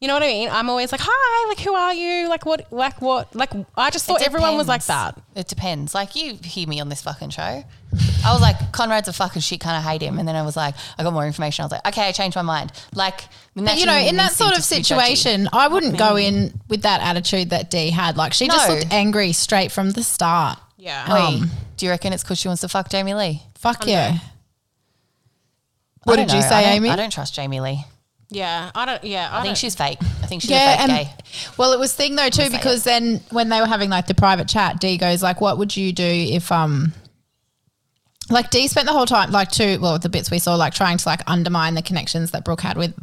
Speaker 1: You know what I mean? I'm always like, "Hi, like, who are you? Like, what? Like, what? Like, I just thought
Speaker 2: It
Speaker 1: everyone was like
Speaker 2: depends.
Speaker 1: that."
Speaker 2: It depends. Like you hear me on this fucking show. I was like, Conrad's a fucking shit, kind of hate him. And then I was like, I got more information. I was like, okay, I changed my mind. Like, the
Speaker 3: But you know,
Speaker 2: natural
Speaker 3: in that sort of
Speaker 2: instinct is to be judgy.
Speaker 3: situation, I wouldn't go in with that attitude that Dee had. Like she just
Speaker 2: Mm. No.
Speaker 3: looked angry straight from the start.
Speaker 1: Yeah.
Speaker 3: um,
Speaker 2: Wait, do you reckon it's because she wants to fuck Jamie Lee?
Speaker 3: Fuck yeah. What
Speaker 2: I don't
Speaker 3: did you
Speaker 2: know.
Speaker 3: say,
Speaker 2: I don't-
Speaker 3: Amy?
Speaker 2: I don't trust Jamie Lee.
Speaker 1: Yeah, I don't. Yeah, I,
Speaker 2: I think
Speaker 1: don't.
Speaker 2: she's fake. I think she's a
Speaker 3: yeah,
Speaker 2: fake
Speaker 3: and
Speaker 2: gay.
Speaker 3: well, it was thing though too because then when they were having like the private chat, Dee goes like, "What would you do if um." Like Dee spent the whole time, like two, well, the bits we saw, like trying to like undermine the connections that Brooke had with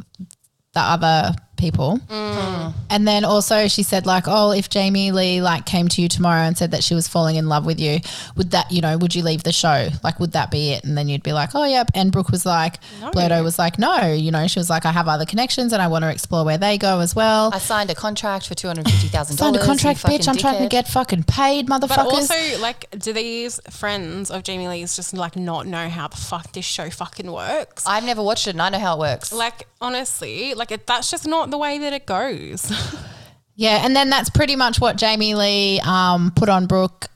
Speaker 3: the other people. And then also she said like, oh, if Jamie Lee like came to you tomorrow and said that she was falling in love with you, would that, you know, would you leave the show? Like, would that be it? And then you'd be like, oh, yep. And Brooke was like, no. was like, no, you know, she was like, I have other connections and I want to explore where they go as well.
Speaker 2: I signed a contract for two hundred fifty thousand dollars.
Speaker 3: Signed a contract, bitch. I'm trying to get fucking paid, motherfuckers.
Speaker 1: But also, like, do these friends of Jamie Lee's just like not know how the fuck this show fucking works?
Speaker 2: I've never watched it, and I know how it works.
Speaker 1: Like, honestly, like it, that's just not the way that it goes.
Speaker 3: Yeah, and then that's pretty much what Jamie Lee um, put on Brooke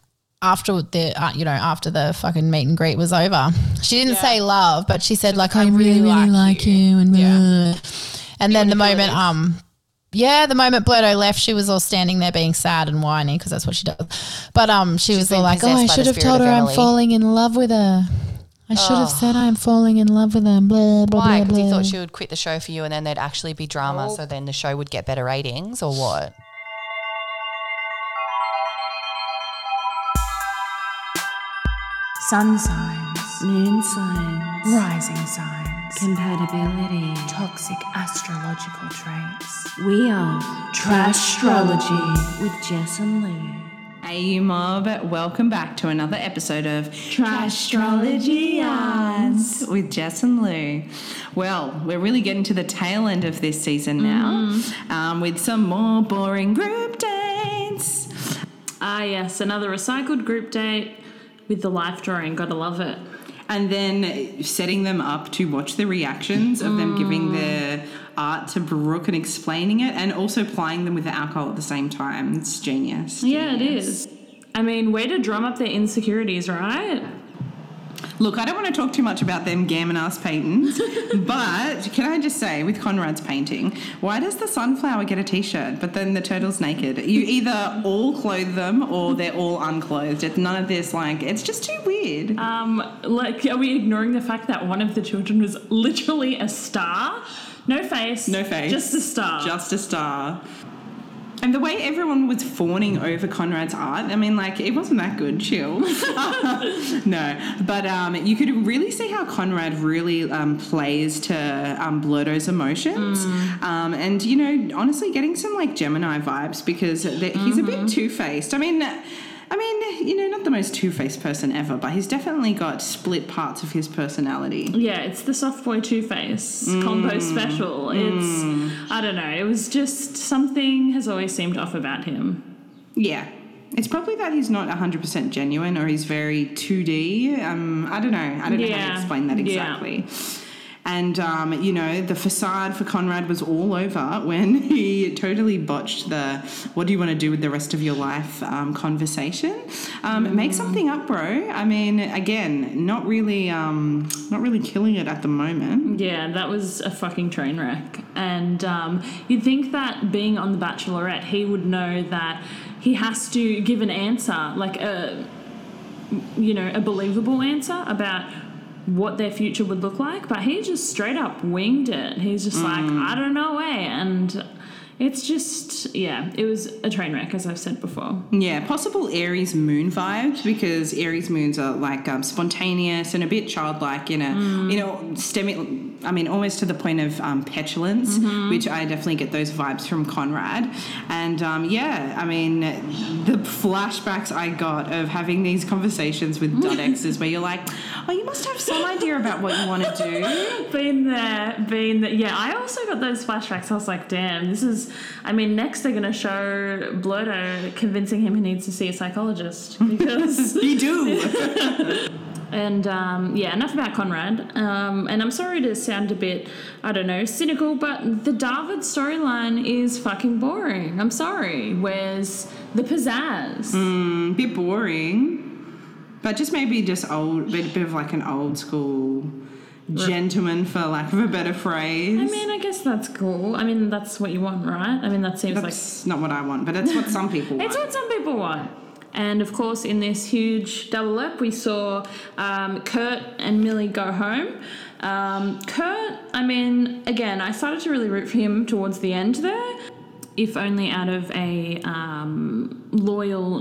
Speaker 3: after the uh, you know after the fucking meet and greet was over. She didn't say love, but she said like I, really really like, you. and blah, blah, blah. and then the moment um yeah the moment Blurto left, she was all standing there being sad and whiny because that's what she does. But um she was
Speaker 2: been
Speaker 3: all like oh
Speaker 2: possessed
Speaker 3: I
Speaker 2: by
Speaker 3: should
Speaker 2: the
Speaker 3: have
Speaker 2: spirit
Speaker 3: told
Speaker 2: of
Speaker 3: her I'm
Speaker 2: Emily."
Speaker 3: falling in love with her. I should have said I'm falling in love with her. Blah blah
Speaker 2: Why?
Speaker 3: blah.
Speaker 2: Because
Speaker 3: blah.
Speaker 2: you thought she would quit the show for you, and then there'd actually be drama. So then the show would get better ratings, or what?
Speaker 4: Sun signs, moon signs, rising signs, compatibility, toxic astrological traits. We are Trashrology with Jess and Lou. Hey, you mob, welcome back to another episode of Trashtrology Yarns with Jess and Lou. Well, we're really getting to the tail end of this season now um, with some more boring group dates.
Speaker 5: Ah, yes, another recycled group date with the life drawing. Gotta love it.
Speaker 4: And then setting them up to watch the reactions of them giving their art to Brooke and explaining it and also plying them with the alcohol at the same time. It's genius.
Speaker 5: Yeah, it is. I mean, way to drum up their insecurities, right?
Speaker 4: Look, I don't want to talk too much about them gammon ass paintings, but can I just say, with Conrad's painting, why does the sunflower get a t shirt, but then the turtle's naked? You either all clothe them or they're all unclothed. It's none of this, like, it's just too weird.
Speaker 5: Um, like, are we ignoring the fact that one of the children was literally a star? No face.
Speaker 4: No face.
Speaker 5: Just a star.
Speaker 4: Just a star. And the way everyone was fawning over Conrad's art, I mean, like, it wasn't that good, chill. no, but um, you could really see how Conrad really um, plays to um, Blurto's emotions. Um, and, you know, honestly, getting some, like, Gemini vibes because the, he's a bit two faced. I mean, I mean, you know, not the most two faced person ever, but he's definitely got split parts of his personality.
Speaker 5: yeah, it's the soft boy Two Face
Speaker 4: Mm.
Speaker 5: combo special. It's, I don't know, it was just something has always seemed off about him.
Speaker 4: Yeah. It's probably that he's not 100% genuine or he's very 2D. Um, I don't know. I don't know how to
Speaker 5: Yeah.
Speaker 4: explain that
Speaker 5: Yeah.
Speaker 4: exactly. And, um, you know, the facade for Conrad was all over when he totally botched the what do you want to do with the rest of your life um, conversation. Um, Make
Speaker 5: Mm.
Speaker 4: something up, bro. I mean, again, not really, um, not really killing it at the moment.
Speaker 5: Yeah, that was a fucking train wreck. And um, you'd think that being on The Bachelorette, he would know that he has to give an answer, like a, you know, a believable answer about what their future would look like. But he just straight up winged it. He's just like, I don't know, eh? And it's just, yeah, it was a train wreck, as I've said before.
Speaker 4: Yeah, possible Aries moon vibes because Aries moons are like um, spontaneous and a bit childlike in a you know stemming. I mean, almost to the point of um, petulance, which I definitely get those vibes from Conrad. And um, yeah, I mean, the flashbacks I got of having these conversations with dot X's where you're like, oh, you must have some idea about what you want to do.
Speaker 5: Been there, been there. Yeah, I also got those flashbacks. I was like, damn, this is. I mean, next they're going to show Blurto convincing him he needs to see a psychologist. Because.
Speaker 4: You do.
Speaker 5: and um, yeah, enough about Conrad. Um, and I'm sorry to sound a bit, I don't know, cynical, but the David storyline is fucking boring. I'm sorry. Where's the pizzazz?
Speaker 4: a bit boring, but just maybe just old, bit, bit of like an old school gentleman, for lack of a better phrase.
Speaker 5: I mean, I guess that's cool. I mean, that's what you want, right? I mean, that seems like
Speaker 4: that's not what I want, but that's what some people want.
Speaker 5: It's what some people want. And of course, in this huge double up, we saw um, Kurt and Millie go home. Um, Kurt, I mean, again, I started to really root for him towards the end there, if only out of a um, loyal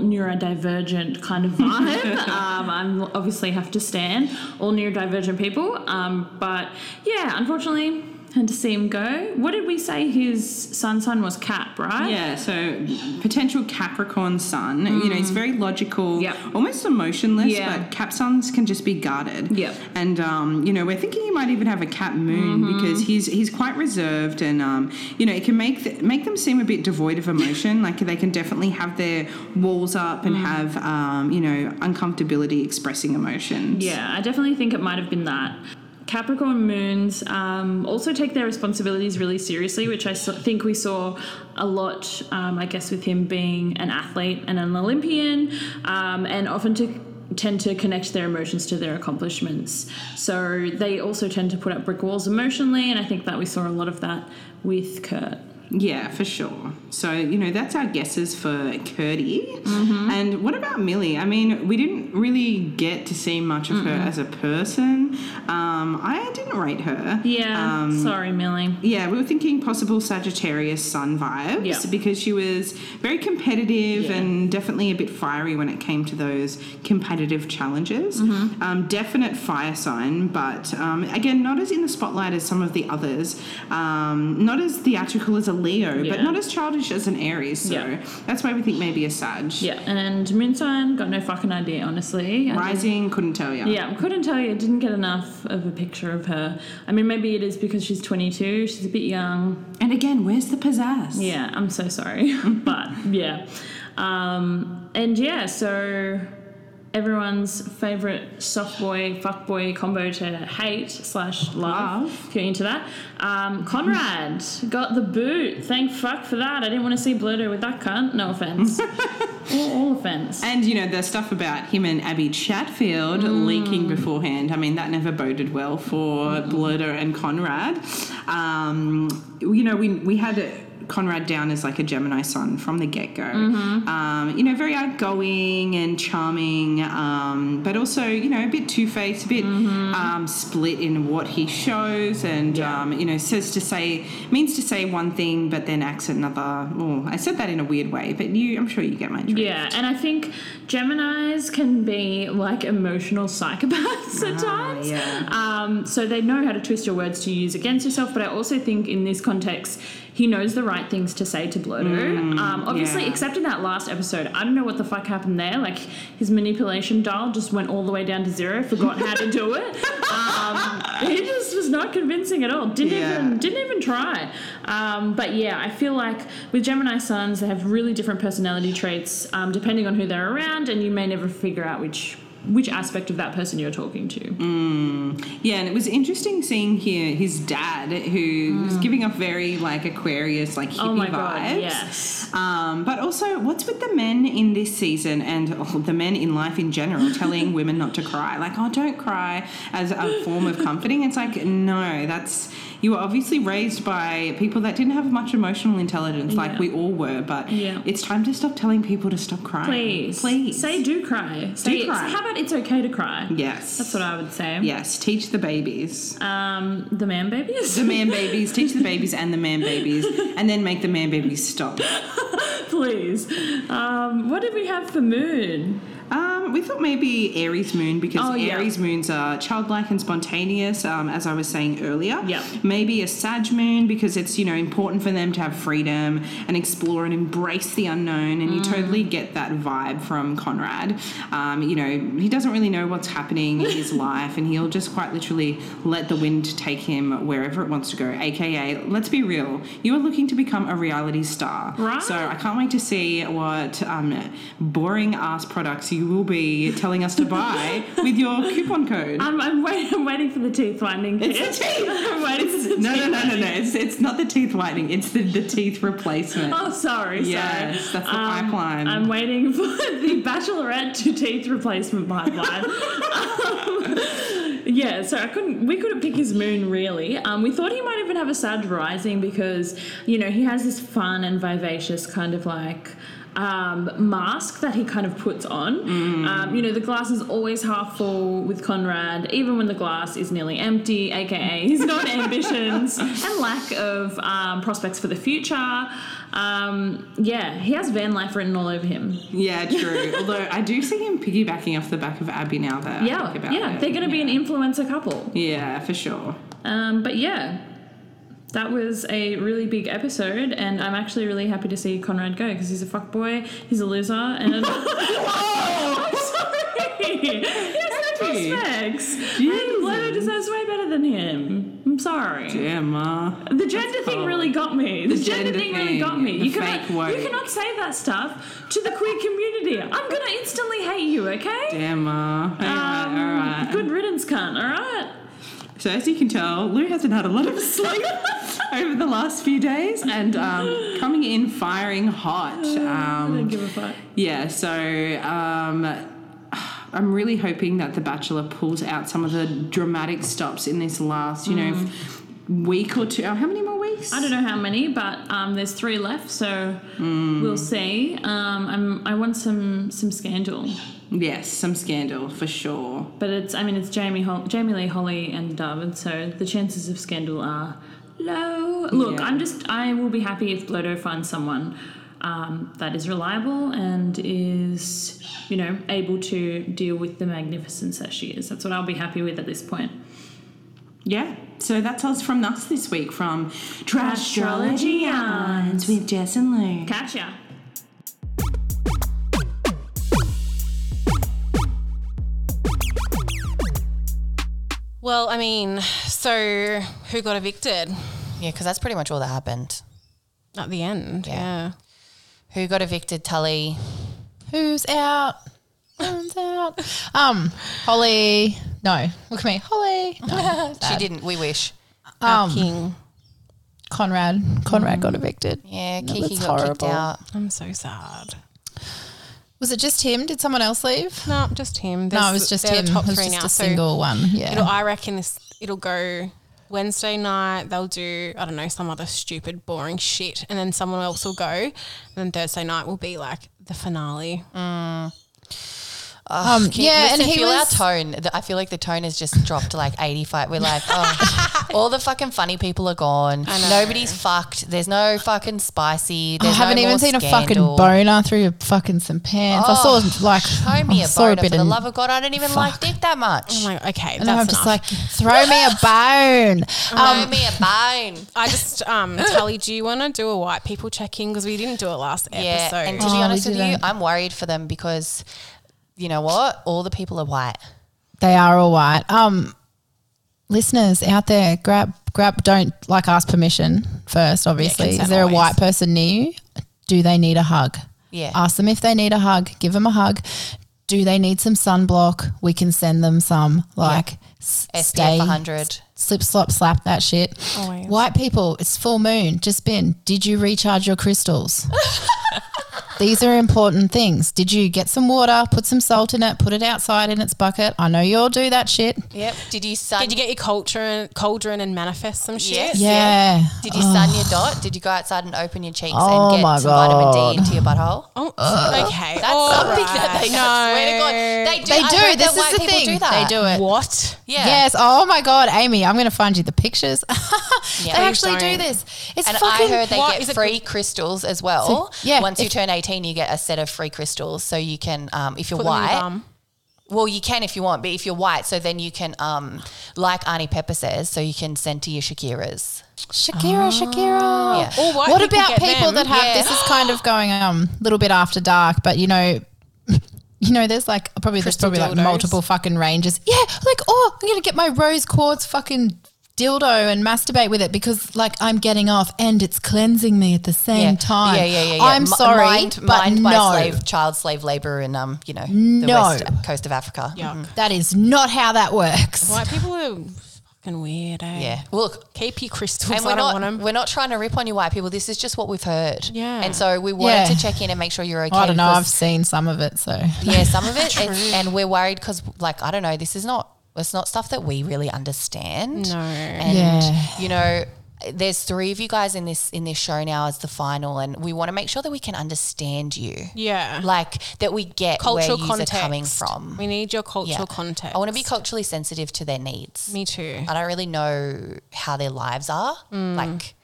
Speaker 5: neurodivergent kind of vibe. um, I'm obviously have to stand all neurodivergent people, um, but yeah, unfortunately, had to see him go. What did we say his son son was Cap, right?
Speaker 4: yeah, so potential Capricorn sun, you know, he's very logical,
Speaker 5: Mm. Yep.
Speaker 4: almost emotionless,
Speaker 5: Yeah.
Speaker 4: but cap suns can just be guarded.
Speaker 5: Yep. Mm-hmm.
Speaker 4: And, um, you know, we're thinking he might even have a cap moon because he's he's quite reserved and, um, you know, it can make, th- make them seem a bit devoid of emotion. like they can definitely have their walls up
Speaker 5: Mm.
Speaker 4: and have, um, you know, uncomfortability expressing emotions.
Speaker 5: Yeah, I definitely think it might have been that. Capricorn moons um, also take their responsibilities really seriously, which I s- think we saw a lot, um, I guess, with him being an athlete and an Olympian, um, and often to tend to connect their emotions to their accomplishments. So they also tend to put up brick walls emotionally, and I think that we saw a lot of that with Kurt.
Speaker 4: Yeah, for sure. So, you know, that's our guesses for Curdy. And what about Millie? I mean, we didn't really get to see much of her as a person. Um, I didn't rate her.
Speaker 5: Yeah,
Speaker 4: Um,
Speaker 5: sorry, Millie.
Speaker 4: yeah, we were thinking possible Sagittarius sun vibes
Speaker 5: Yeah.
Speaker 4: because she was very competitive
Speaker 5: Yeah.
Speaker 4: and definitely a bit fiery when it came to those competitive challenges.
Speaker 5: Mm-hmm.
Speaker 4: Um, definite fire sign, but um, again, not as in the spotlight as some of the others. Um, not as theatrical as a Leo, but
Speaker 5: Yeah.
Speaker 4: not as childish as an Aries. So
Speaker 5: Yeah.
Speaker 4: that's why we think maybe a Sag.
Speaker 5: Yeah, and Moon sign, got no fucking idea, honestly. I think-
Speaker 4: Rising, couldn't tell you.
Speaker 5: Yeah, couldn't tell you. Didn't get enough of a picture of her. I mean, maybe it is because she's 22. She's a bit young.
Speaker 4: And again, where's the pizzazz?
Speaker 5: Yeah, I'm so sorry, but yeah, um, and yeah. So everyone's favorite soft boy fuck boy combo to hate slash love.
Speaker 4: Love.
Speaker 5: If you're into that, um, Conrad got the boot. Thank fuck for that. I didn't want to see Blurdo with that cunt. No offense. all, all offense.
Speaker 4: And you know the stuff about him and Abby Chatfield leaking beforehand. I mean that never boded well for Blurter and Conrad. Um, you know we we had Conrad down as like a Gemini son from the get go. Um, you know very outgoing and charming, um, but also you know a bit two faced, a bit um, split in what he shows, and um, you know says to say means to say one thing but then acts another. Oh, I said that in a weird way, but you I'm sure you get my drift.
Speaker 5: Yeah, and I think Geminis can be like emotional psychopaths at times.
Speaker 4: Ah, yeah.
Speaker 5: Um, so they know how to twist your words to use against yourself, but I also think in this context, he knows the right things to say to Blurdo. um, obviously,
Speaker 4: Mm, yeah.
Speaker 5: except in that last episode, I don't know what the fuck happened there. Like his manipulation dial just went all the way down to zero. Forgot how to do it. Um, he just was not convincing at all. Didn't
Speaker 4: Yeah.
Speaker 5: even didn't even try. Um, but yeah, I feel like with Gemini sons, they have really different personality traits um, depending on who they're around, and you may never figure out which which aspect of that person you're talking to.
Speaker 4: Mm. Yeah, and it was interesting seeing here his dad, who was giving off very like Aquarius, like hippie
Speaker 5: Hmm. oh my
Speaker 4: vibes.
Speaker 5: god, yes.
Speaker 4: Um, but also, what's with the men in this season and oh, the men in life in general telling women not to cry? Like, oh, don't cry as a form of comforting. It's like, no, that's you were obviously raised by people that didn't have much emotional intelligence, like
Speaker 5: Yeah.
Speaker 4: we all were. But
Speaker 5: Yeah.
Speaker 4: it's time to stop telling people to stop crying.
Speaker 5: Please,
Speaker 4: please
Speaker 5: say do cry. Say it's-
Speaker 4: cry.
Speaker 5: How about it's okay to cry?
Speaker 4: yes.
Speaker 5: That's what I would say.
Speaker 4: Yes, teach the babies.
Speaker 5: Um, the man babies.
Speaker 4: the man babies, teach the babies and the man babies, and then make the man babies stop.
Speaker 5: Please. Um, what did we have for moon?
Speaker 4: Um, we thought maybe Aries moon because
Speaker 5: Oh, yeah.
Speaker 4: Aries moons are childlike and spontaneous, um, as I was saying earlier.
Speaker 5: Yeah.
Speaker 4: Maybe a Sag moon because it's you know important for them to have freedom and explore and embrace the unknown, and you
Speaker 5: Mm.
Speaker 4: totally get that vibe from Conrad. Um, you know he doesn't really know what's happening in his life, and he'll just quite literally let the wind take him wherever it wants to go. AKA, let's be real, you are looking to become a reality star.
Speaker 5: Right.
Speaker 4: So I can't wait to see what um, boring ass products you will be telling us to buy with your coupon code.
Speaker 5: I'm, I'm, wait, I'm waiting for the teeth whitening.
Speaker 4: It's the
Speaker 5: kit.
Speaker 4: teeth.
Speaker 5: I'm waiting for
Speaker 4: no,
Speaker 5: the teeth
Speaker 4: no, no, no,
Speaker 5: whitening.
Speaker 4: no. It's, it's not the teeth whitening. It's the, the teeth replacement.
Speaker 5: Oh, sorry.
Speaker 4: Yes,
Speaker 5: sorry.
Speaker 4: that's the pipeline.
Speaker 5: I'm waiting for the bachelorette to teeth replacement pipeline. Um, yeah, so I couldn't. We couldn't pick his moon really. Um, we thought he might even have a sad rising because you know he has this fun and vivacious kind of like. Um, mask that he kind of puts on.
Speaker 4: Mm.
Speaker 5: Um, you know, the glass is always half full with Conrad, even when the glass is nearly empty, aka his non ambitions and lack of um, prospects for the future. Um, yeah, he has van life written all over him.
Speaker 4: Yeah, true. Although I do see him piggybacking off the back of Abby now that I
Speaker 5: Yeah,
Speaker 4: think about
Speaker 5: yeah,
Speaker 4: it.
Speaker 5: they're going to be an influencer couple.
Speaker 4: yeah, for sure.
Speaker 5: Um, but yeah, that was a really big episode, and I'm actually really happy to see Conrad go because he's a fuckboy, he's a loser, and.
Speaker 4: Oh!
Speaker 5: I'm sorry! He has no
Speaker 4: Happy.
Speaker 5: prospects!
Speaker 4: Jesus.
Speaker 5: And Leto deserves way better than him. I'm sorry.
Speaker 4: Yeah, Ma.
Speaker 5: The gender thing really got me. The, gender,
Speaker 4: gender
Speaker 5: thing, really got
Speaker 4: thing,
Speaker 5: me.
Speaker 4: the
Speaker 5: You
Speaker 4: fake
Speaker 5: cannot,
Speaker 4: woke.
Speaker 5: you cannot say that stuff to the queer community. I'm gonna instantly hate you, okay?
Speaker 4: Yeah, Ma. All right,
Speaker 5: Um,
Speaker 4: all right.
Speaker 5: Good riddance, cunt. All right.
Speaker 4: So as you can tell, Lou hasn't had a lot of sleep over the last few days, and um, coming in firing hot.
Speaker 5: Oh, I don't
Speaker 4: Um,
Speaker 5: give a fuck.
Speaker 4: yeah, so um, I'm really hoping that The Bachelor pulls out some of the dramatic stops in this last, you know, f- week or two. oh, How many more weeks?
Speaker 5: Mm. I don't know how many, but um, there's three left, so we'll see. Um, I'm, I want some some scandal.
Speaker 4: Yes, some scandal for sure.
Speaker 5: But it's, I mean, it's Jamie, Hol- Jamie Lee Holly and Dove, and so the chances of scandal are low. Look,
Speaker 4: Yeah.
Speaker 5: I'm just, I will be happy if Blodo finds someone um, that is reliable and is, you know, able to deal with the magnificence that she is. That's what I'll be happy with at this point.
Speaker 4: Yeah. So that's us from us this week from
Speaker 5: Astrology Yarns
Speaker 4: with Jess and Lou.
Speaker 5: Catch ya.
Speaker 1: Well, I mean, so who got evicted
Speaker 2: Yeah, because that's pretty much all that happened.
Speaker 1: at the end?
Speaker 2: Yeah.
Speaker 1: yeah.
Speaker 2: Who got evicted? Tully.
Speaker 3: Who's out? Who's out? Um, Holly. No, look at me, Holly. No,
Speaker 2: She
Speaker 3: sad.
Speaker 2: didn't. We wish.
Speaker 1: Our
Speaker 3: Um,
Speaker 1: king.
Speaker 3: Conrad. Conrad got evicted.
Speaker 2: Yeah,
Speaker 3: No,
Speaker 2: Kiki
Speaker 3: that's
Speaker 2: got kicked
Speaker 3: horrible.
Speaker 2: out.
Speaker 1: I'm so sad.
Speaker 3: Was it just him? Did someone else leave?
Speaker 1: No, just him.
Speaker 3: No,
Speaker 1: There's-
Speaker 3: it was just
Speaker 1: they're
Speaker 3: him.
Speaker 1: The top
Speaker 3: it was
Speaker 1: three
Speaker 3: just
Speaker 1: now.
Speaker 3: a single one.
Speaker 1: So
Speaker 3: Yeah.
Speaker 1: it'll, I reckon this it'll go Wednesday night. They'll do I don't know some other stupid boring shit, and then someone else will go. And then Thursday night will be like the finale.
Speaker 3: um,
Speaker 2: uh, Can you-
Speaker 3: yeah, and
Speaker 2: listen,
Speaker 3: he
Speaker 2: feel
Speaker 3: was.
Speaker 2: our tone. The- I feel like the tone has just dropped to like 85. We're like, oh, all the fucking funny people are gone. Nobody's fucked. There's no fucking spicy.
Speaker 3: I
Speaker 2: There's
Speaker 3: haven't
Speaker 2: no
Speaker 3: even
Speaker 2: more
Speaker 3: seen a fucking
Speaker 2: scandal.
Speaker 3: boner through fucking some pants. I
Speaker 2: Oh,
Speaker 3: saw like
Speaker 2: Show me
Speaker 3: I
Speaker 2: a
Speaker 3: saw
Speaker 2: boner for the
Speaker 3: in-
Speaker 2: love of God. I don't even like dick that much.
Speaker 1: I'm like, okay,
Speaker 3: and
Speaker 1: that's
Speaker 3: I'm
Speaker 1: enough.
Speaker 3: just like, throw me a bone. Um,
Speaker 2: Um, Show me a bone.
Speaker 1: I just um, Tully, do you want to do a white people check in because we didn't do it last
Speaker 2: Yeah,
Speaker 1: episode?
Speaker 2: and to
Speaker 3: Oh,
Speaker 2: be
Speaker 3: we
Speaker 2: honest with you,
Speaker 3: didn't.
Speaker 2: I'm worried for them because you know what? All the people are white.
Speaker 3: They are all white. Um, listeners out there, grab, grab, don't like ask permission first, obviously.
Speaker 1: consent
Speaker 3: Is there
Speaker 1: always.
Speaker 3: a white person near you? Do they need a hug?
Speaker 2: Yeah.
Speaker 3: Ask them if they need a hug, give them a hug. Do they need some sunblock? We can send them some. Like, s-
Speaker 2: SPF
Speaker 3: stay,
Speaker 2: 100.
Speaker 3: slip, slop, slap that shit.
Speaker 1: Always.
Speaker 3: White people, it's full moon, just been. Did you recharge your crystals? These are important things. Did you get some water, put some salt in it, put it outside in its bucket? I know you all do that shit.
Speaker 2: Yep. Did you sun?
Speaker 1: Did you get your culture and cauldron and manifest some shit?
Speaker 2: Yes.
Speaker 3: Yeah.
Speaker 2: Did you sun your dot? Did you go outside and open your cheeks
Speaker 3: Oh
Speaker 2: and
Speaker 3: my
Speaker 2: get some vitamin D into your butthole?
Speaker 1: Oh, okay.
Speaker 2: That's
Speaker 1: all
Speaker 2: something that
Speaker 1: right.
Speaker 2: they
Speaker 1: Oh, no.
Speaker 2: I swear to God, they do.
Speaker 3: They
Speaker 2: I
Speaker 3: do.
Speaker 2: heard that
Speaker 3: This is
Speaker 2: white
Speaker 3: the
Speaker 2: people
Speaker 3: thing.
Speaker 2: Do that.
Speaker 3: They do it.
Speaker 1: What?
Speaker 2: Yeah.
Speaker 3: Yes. Oh my God, Amy, I'm going to find you the pictures.
Speaker 2: Yeah.
Speaker 3: they actually do
Speaker 1: don't.
Speaker 3: this. It's
Speaker 2: And
Speaker 3: fucking.
Speaker 2: I heard they
Speaker 1: what
Speaker 2: get
Speaker 1: is it-
Speaker 2: free crystals as well.
Speaker 3: yeah,
Speaker 2: Once you
Speaker 3: if-
Speaker 2: turn 18, you get a set of free crystals. So you can, um, if you're
Speaker 1: Put them in your
Speaker 2: white,
Speaker 1: bum.
Speaker 2: Well, you can if you want, but if you're white, so then you can, um, like Arnie Pepper says, so you can send to your Shakiras.
Speaker 3: Shakira, Shakira.
Speaker 2: Yeah.
Speaker 1: Or white
Speaker 3: what
Speaker 1: people
Speaker 3: about
Speaker 1: get
Speaker 3: people
Speaker 1: them.
Speaker 3: that have
Speaker 2: Yeah.
Speaker 3: this is kind of going um a little bit after dark, but you know you know, there's like probably
Speaker 1: Crystal
Speaker 3: there's probably
Speaker 1: dildos.
Speaker 3: like multiple fucking ranges. Yeah, like oh, I'm gonna get my rose quartz fucking dildo and masturbate with it because like I'm getting off and it's cleansing me at the same
Speaker 2: Yeah.
Speaker 3: time.
Speaker 2: Yeah, yeah, yeah. yeah.
Speaker 3: I'm
Speaker 2: Mi-
Speaker 3: sorry,
Speaker 2: Mined,
Speaker 3: but
Speaker 2: mined
Speaker 3: no,
Speaker 2: by slave, child slave labor in, um, you know, the
Speaker 3: No.
Speaker 2: west coast of Africa. Mhm.
Speaker 3: that is not how that works.
Speaker 1: White people are fucking weird, eh?
Speaker 2: Yeah. Well, look,
Speaker 1: Keep your crystals.
Speaker 2: and we're
Speaker 1: I don't
Speaker 2: not
Speaker 1: want 'em.
Speaker 2: we're not trying to rip on you white people. This is just what we've heard.
Speaker 1: Yeah.
Speaker 2: And so we wanted
Speaker 3: Yeah.
Speaker 2: to check in and make sure you're okay.
Speaker 3: I don't know.
Speaker 2: because-
Speaker 3: I've seen some of it, so
Speaker 2: yeah, some of it, it's, and we're worried because, like, I don't know, this is not it's not stuff that we really understand.
Speaker 1: No.
Speaker 2: and
Speaker 3: Yeah.
Speaker 2: you know, there's three of you guys in this in this show now as the final, and we want to make sure that we can understand you,
Speaker 1: Yeah.
Speaker 2: like that we get
Speaker 1: cultural
Speaker 2: where yous
Speaker 1: context.
Speaker 2: are coming from.
Speaker 1: We need your cultural
Speaker 2: Yeah.
Speaker 1: context.
Speaker 2: I want to be culturally sensitive to their needs.
Speaker 1: Me too.
Speaker 2: I don't really know how their lives are, like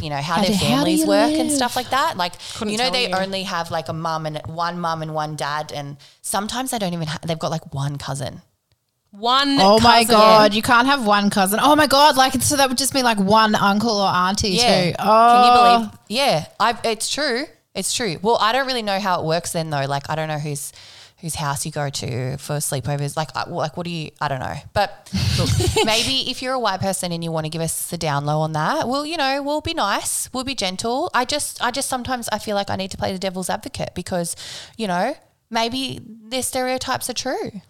Speaker 2: you know how,
Speaker 3: Mm. How
Speaker 2: their
Speaker 3: do- how do
Speaker 2: families
Speaker 3: you
Speaker 2: work and
Speaker 3: live?
Speaker 2: stuff like that. Like
Speaker 1: Couldn't
Speaker 2: you know,
Speaker 1: tell
Speaker 2: they
Speaker 1: you.
Speaker 2: only have like a mum and one mum and one dad, and sometimes they don't even ha- they've got like one cousin.
Speaker 1: One.
Speaker 3: Oh my
Speaker 1: cousin.
Speaker 3: god, you can't have one cousin. Oh my god, like so that would just be like one uncle or auntie too.
Speaker 2: Can you
Speaker 3: Oh,
Speaker 2: believe? Yeah, I, it's true. It's true. Well, I don't really know how it works then though. Like I don't know whose whose house you go to for sleepovers. Like I, like what do you? I don't know. But look, maybe if you're a white person and you want to give us the down low on that, well, you know, we'll be nice. We'll be gentle. I just I just sometimes I feel like I need to play the devil's advocate because you know maybe their stereotypes are true.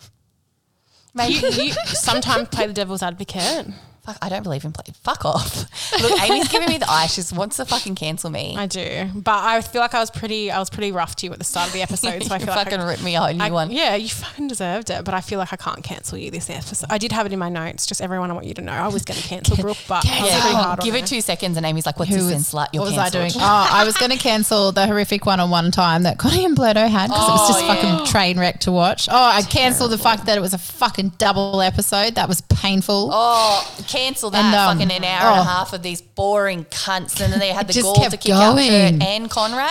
Speaker 2: Maybe
Speaker 1: You, you sometimes play the devil's advocate.
Speaker 2: Fuck, I don't believe in play. Fuck off. Look, Amy's giving me the eye. She just wants to fucking cancel me.
Speaker 1: I do, but I feel like I was pretty. I was pretty rough to you at the start of the episode, so I
Speaker 2: You
Speaker 1: feel like I-
Speaker 2: fucking ripped me out, you
Speaker 1: I-
Speaker 2: won.
Speaker 1: Yeah, you fucking deserved it, but I feel like I can't cancel you this episode. I did have it in my notes. Just everyone, I want you to know, I was going to cancel Brooke, but I was
Speaker 2: Yeah.
Speaker 1: pretty hard on
Speaker 2: give
Speaker 1: her.
Speaker 2: it two seconds, and Amy's like, "What's
Speaker 3: Who
Speaker 2: this
Speaker 3: was-
Speaker 2: then, slut? You're
Speaker 3: what was I
Speaker 2: cancelled.
Speaker 3: doing? Oh, I was going to cancel the horrific one on one time that Connie and Bluto had because it was
Speaker 2: Oh,
Speaker 3: just fucking train wreck to watch. Oh, I cancelled the fact that it was a fucking double episode. That was painful.
Speaker 2: Oh, cancel that
Speaker 3: And, um,
Speaker 2: fucking an hour and
Speaker 3: oh.
Speaker 2: a half of these boring cunts, and then they had the
Speaker 3: Just
Speaker 2: gall to
Speaker 3: kept
Speaker 2: kick out Kurt
Speaker 3: going.
Speaker 2: and Conrad.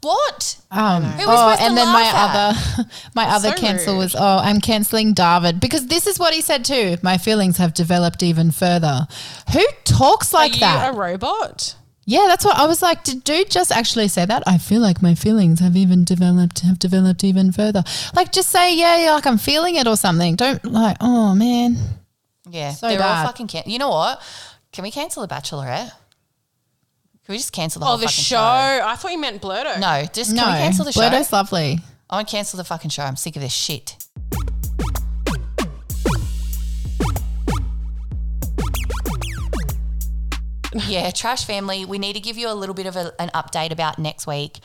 Speaker 2: What?
Speaker 3: Um,
Speaker 2: Who are we
Speaker 3: oh,
Speaker 2: supposed to
Speaker 3: and then my
Speaker 2: laugh at?
Speaker 3: other, my other cancel was oh, I'm canceling David because this is what he said too. My feelings have developed even further. Who talks
Speaker 1: Are
Speaker 3: like
Speaker 1: you
Speaker 3: that?
Speaker 1: a robot?
Speaker 3: yeah, that's what I was like. Did dude just actually say that? I feel like my feelings have even developed, have developed even further. Like just say yeah, yeah like I'm feeling it or something. Don't like oh man.
Speaker 2: Yeah,
Speaker 3: So
Speaker 2: they're
Speaker 3: bad.
Speaker 2: all fucking. Can- you know what? Can we cancel the Bachelorette? Can we just cancel the
Speaker 1: Oh,
Speaker 2: whole
Speaker 1: the
Speaker 2: fucking
Speaker 1: show. I thought you meant Blurto.
Speaker 2: No, just
Speaker 3: No,
Speaker 2: can we cancel the show?
Speaker 3: Blurto's lovely.
Speaker 2: I want to cancel the fucking show. I'm sick of this shit. yeah, Trash Family, we need to give you a little bit of a, an update about next week.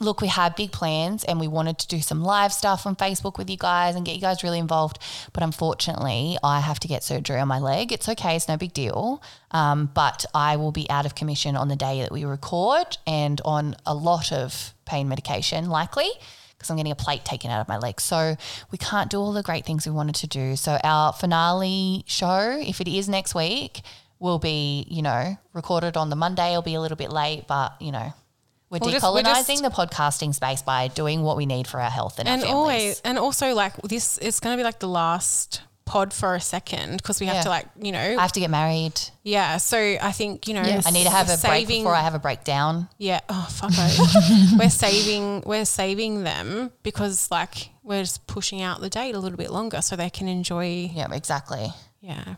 Speaker 2: Look, we had big plans and we wanted to do some live stuff on Facebook with you guys and get you guys really involved. But unfortunately, I have to get surgery on my leg. It's okay, it's no big deal. Um, but I will be out of commission on the day that we record and on a lot of pain medication, likely because I'm getting a plate taken out of my leg. So we can't do all the great things we wanted to do. So our finale show, if it is next week, will be, you know, recorded on the Monday. It'll be a little bit late, but, you know, we're
Speaker 1: We'll just- we're
Speaker 2: decolonizing
Speaker 1: just-
Speaker 2: the podcasting space by doing what we need for our health and,
Speaker 1: and
Speaker 2: our families.
Speaker 1: always and also like this is going to be like the last pod for a second because we have
Speaker 2: Yeah.
Speaker 1: to like you know
Speaker 2: I have to get married.
Speaker 1: yeah so i think you know
Speaker 3: Yes.
Speaker 2: I need to have a break
Speaker 1: saving-
Speaker 2: before I have a breakdown.
Speaker 1: yeah oh fuck I- we're saving we're saving them because like we're just pushing out the date a little bit longer so they can enjoy
Speaker 2: Yeah, exactly.
Speaker 1: yeah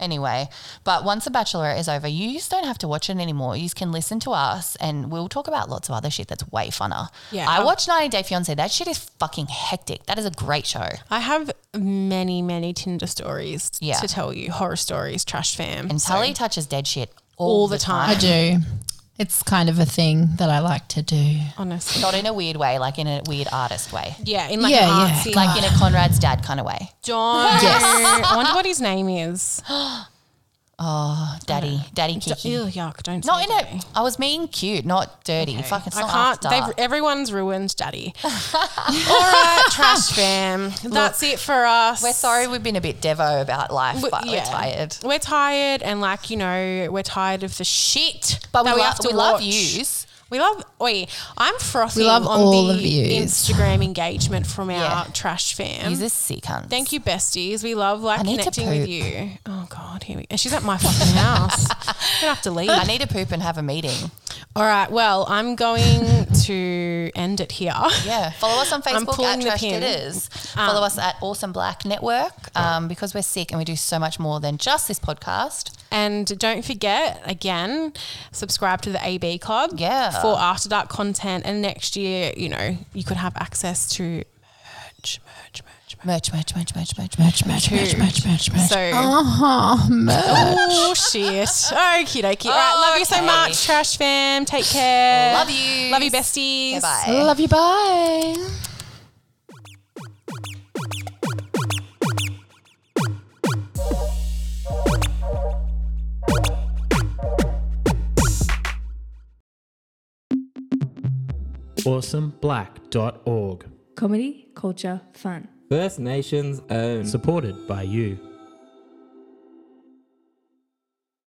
Speaker 2: Anyway, but once The Bachelorette is over, you just don't have to watch it anymore. You can listen to us and we'll talk about lots of other shit that's way funner.
Speaker 1: Yeah.
Speaker 2: I watched 90 Day Fiancé. That shit is fucking hectic. That is a great show.
Speaker 1: i have many many tinder stories
Speaker 2: Yeah.
Speaker 1: to tell you horror stories trash fam
Speaker 2: And
Speaker 1: So-
Speaker 2: Tully touches dead shit all,
Speaker 1: All
Speaker 2: the
Speaker 1: the time.
Speaker 2: time.
Speaker 3: I do. It's kind of a thing that I like to do.
Speaker 1: honestly
Speaker 2: Not in a weird way, like in a weird artist way.
Speaker 1: yeah in like
Speaker 3: Yeah,
Speaker 1: yeah,
Speaker 3: yeah.
Speaker 1: artsy
Speaker 2: Like in a Conrad's dad kind of way.
Speaker 1: John I wonder what his name is
Speaker 2: Oh, Daddy, daddy
Speaker 1: Ew,
Speaker 2: Kiki.
Speaker 1: yuck don't
Speaker 2: Not
Speaker 1: say
Speaker 2: in
Speaker 1: daddy.
Speaker 2: a, I was being cute, not dirty. Fuck, it's
Speaker 1: I
Speaker 2: not
Speaker 1: can't.
Speaker 2: after dark.
Speaker 1: They've, everyone's ruined daddy. All right, trash fam. That's it for us.
Speaker 2: We're sorry we've been a bit devo about life,
Speaker 1: We-
Speaker 2: but
Speaker 1: yeah.
Speaker 2: we're tired.
Speaker 1: We're tired, and like you know, we're tired of the shit.
Speaker 2: But we,
Speaker 1: that
Speaker 2: lo-
Speaker 1: have to
Speaker 2: we love
Speaker 1: watch.
Speaker 2: yous.
Speaker 1: We love. Wait, I'm frothing.
Speaker 3: We love
Speaker 1: on
Speaker 3: all
Speaker 1: the
Speaker 3: of yous.
Speaker 1: Instagram engagement from
Speaker 2: Yeah.
Speaker 1: our trash fam.
Speaker 2: Yous are sick cunts.
Speaker 1: Um, Thank you, besties. We love like
Speaker 2: I need to
Speaker 1: connecting with
Speaker 2: poop.
Speaker 1: you. Oh God, here we. And she's at my fucking house. I'm gonna have to leave.
Speaker 2: I need to poop and have a meeting.
Speaker 1: All right. Well, I'm going to end it here.
Speaker 2: Yeah. Follow us on Facebook
Speaker 1: pulling
Speaker 2: at
Speaker 1: the
Speaker 2: Trash
Speaker 1: pin. Um,
Speaker 2: Ditters. Follow us at Awesome Black Network um, because we're sick and we do so much more than just this podcast.
Speaker 1: And don't forget, again, subscribe to the AB Club
Speaker 2: Yeah.
Speaker 1: for After Dark content. And next year, you know, you could have access to merch, merch, merch, merch.
Speaker 2: Merch, merch, merch, merch, merch, merch.
Speaker 3: Match, match, match, match, match, match.
Speaker 1: So,
Speaker 3: Oh, merch.
Speaker 1: oh shit. Okie dokie. All right. Love you so
Speaker 2: Okay.
Speaker 1: much, Trash Fam. Take care.
Speaker 2: Love you.
Speaker 1: Love you, besties.
Speaker 2: Bye.
Speaker 3: Love you. Bye.
Speaker 6: awesomeblack.org.
Speaker 5: Comedy, culture, fun.
Speaker 7: First Nations own.
Speaker 6: Supported by you.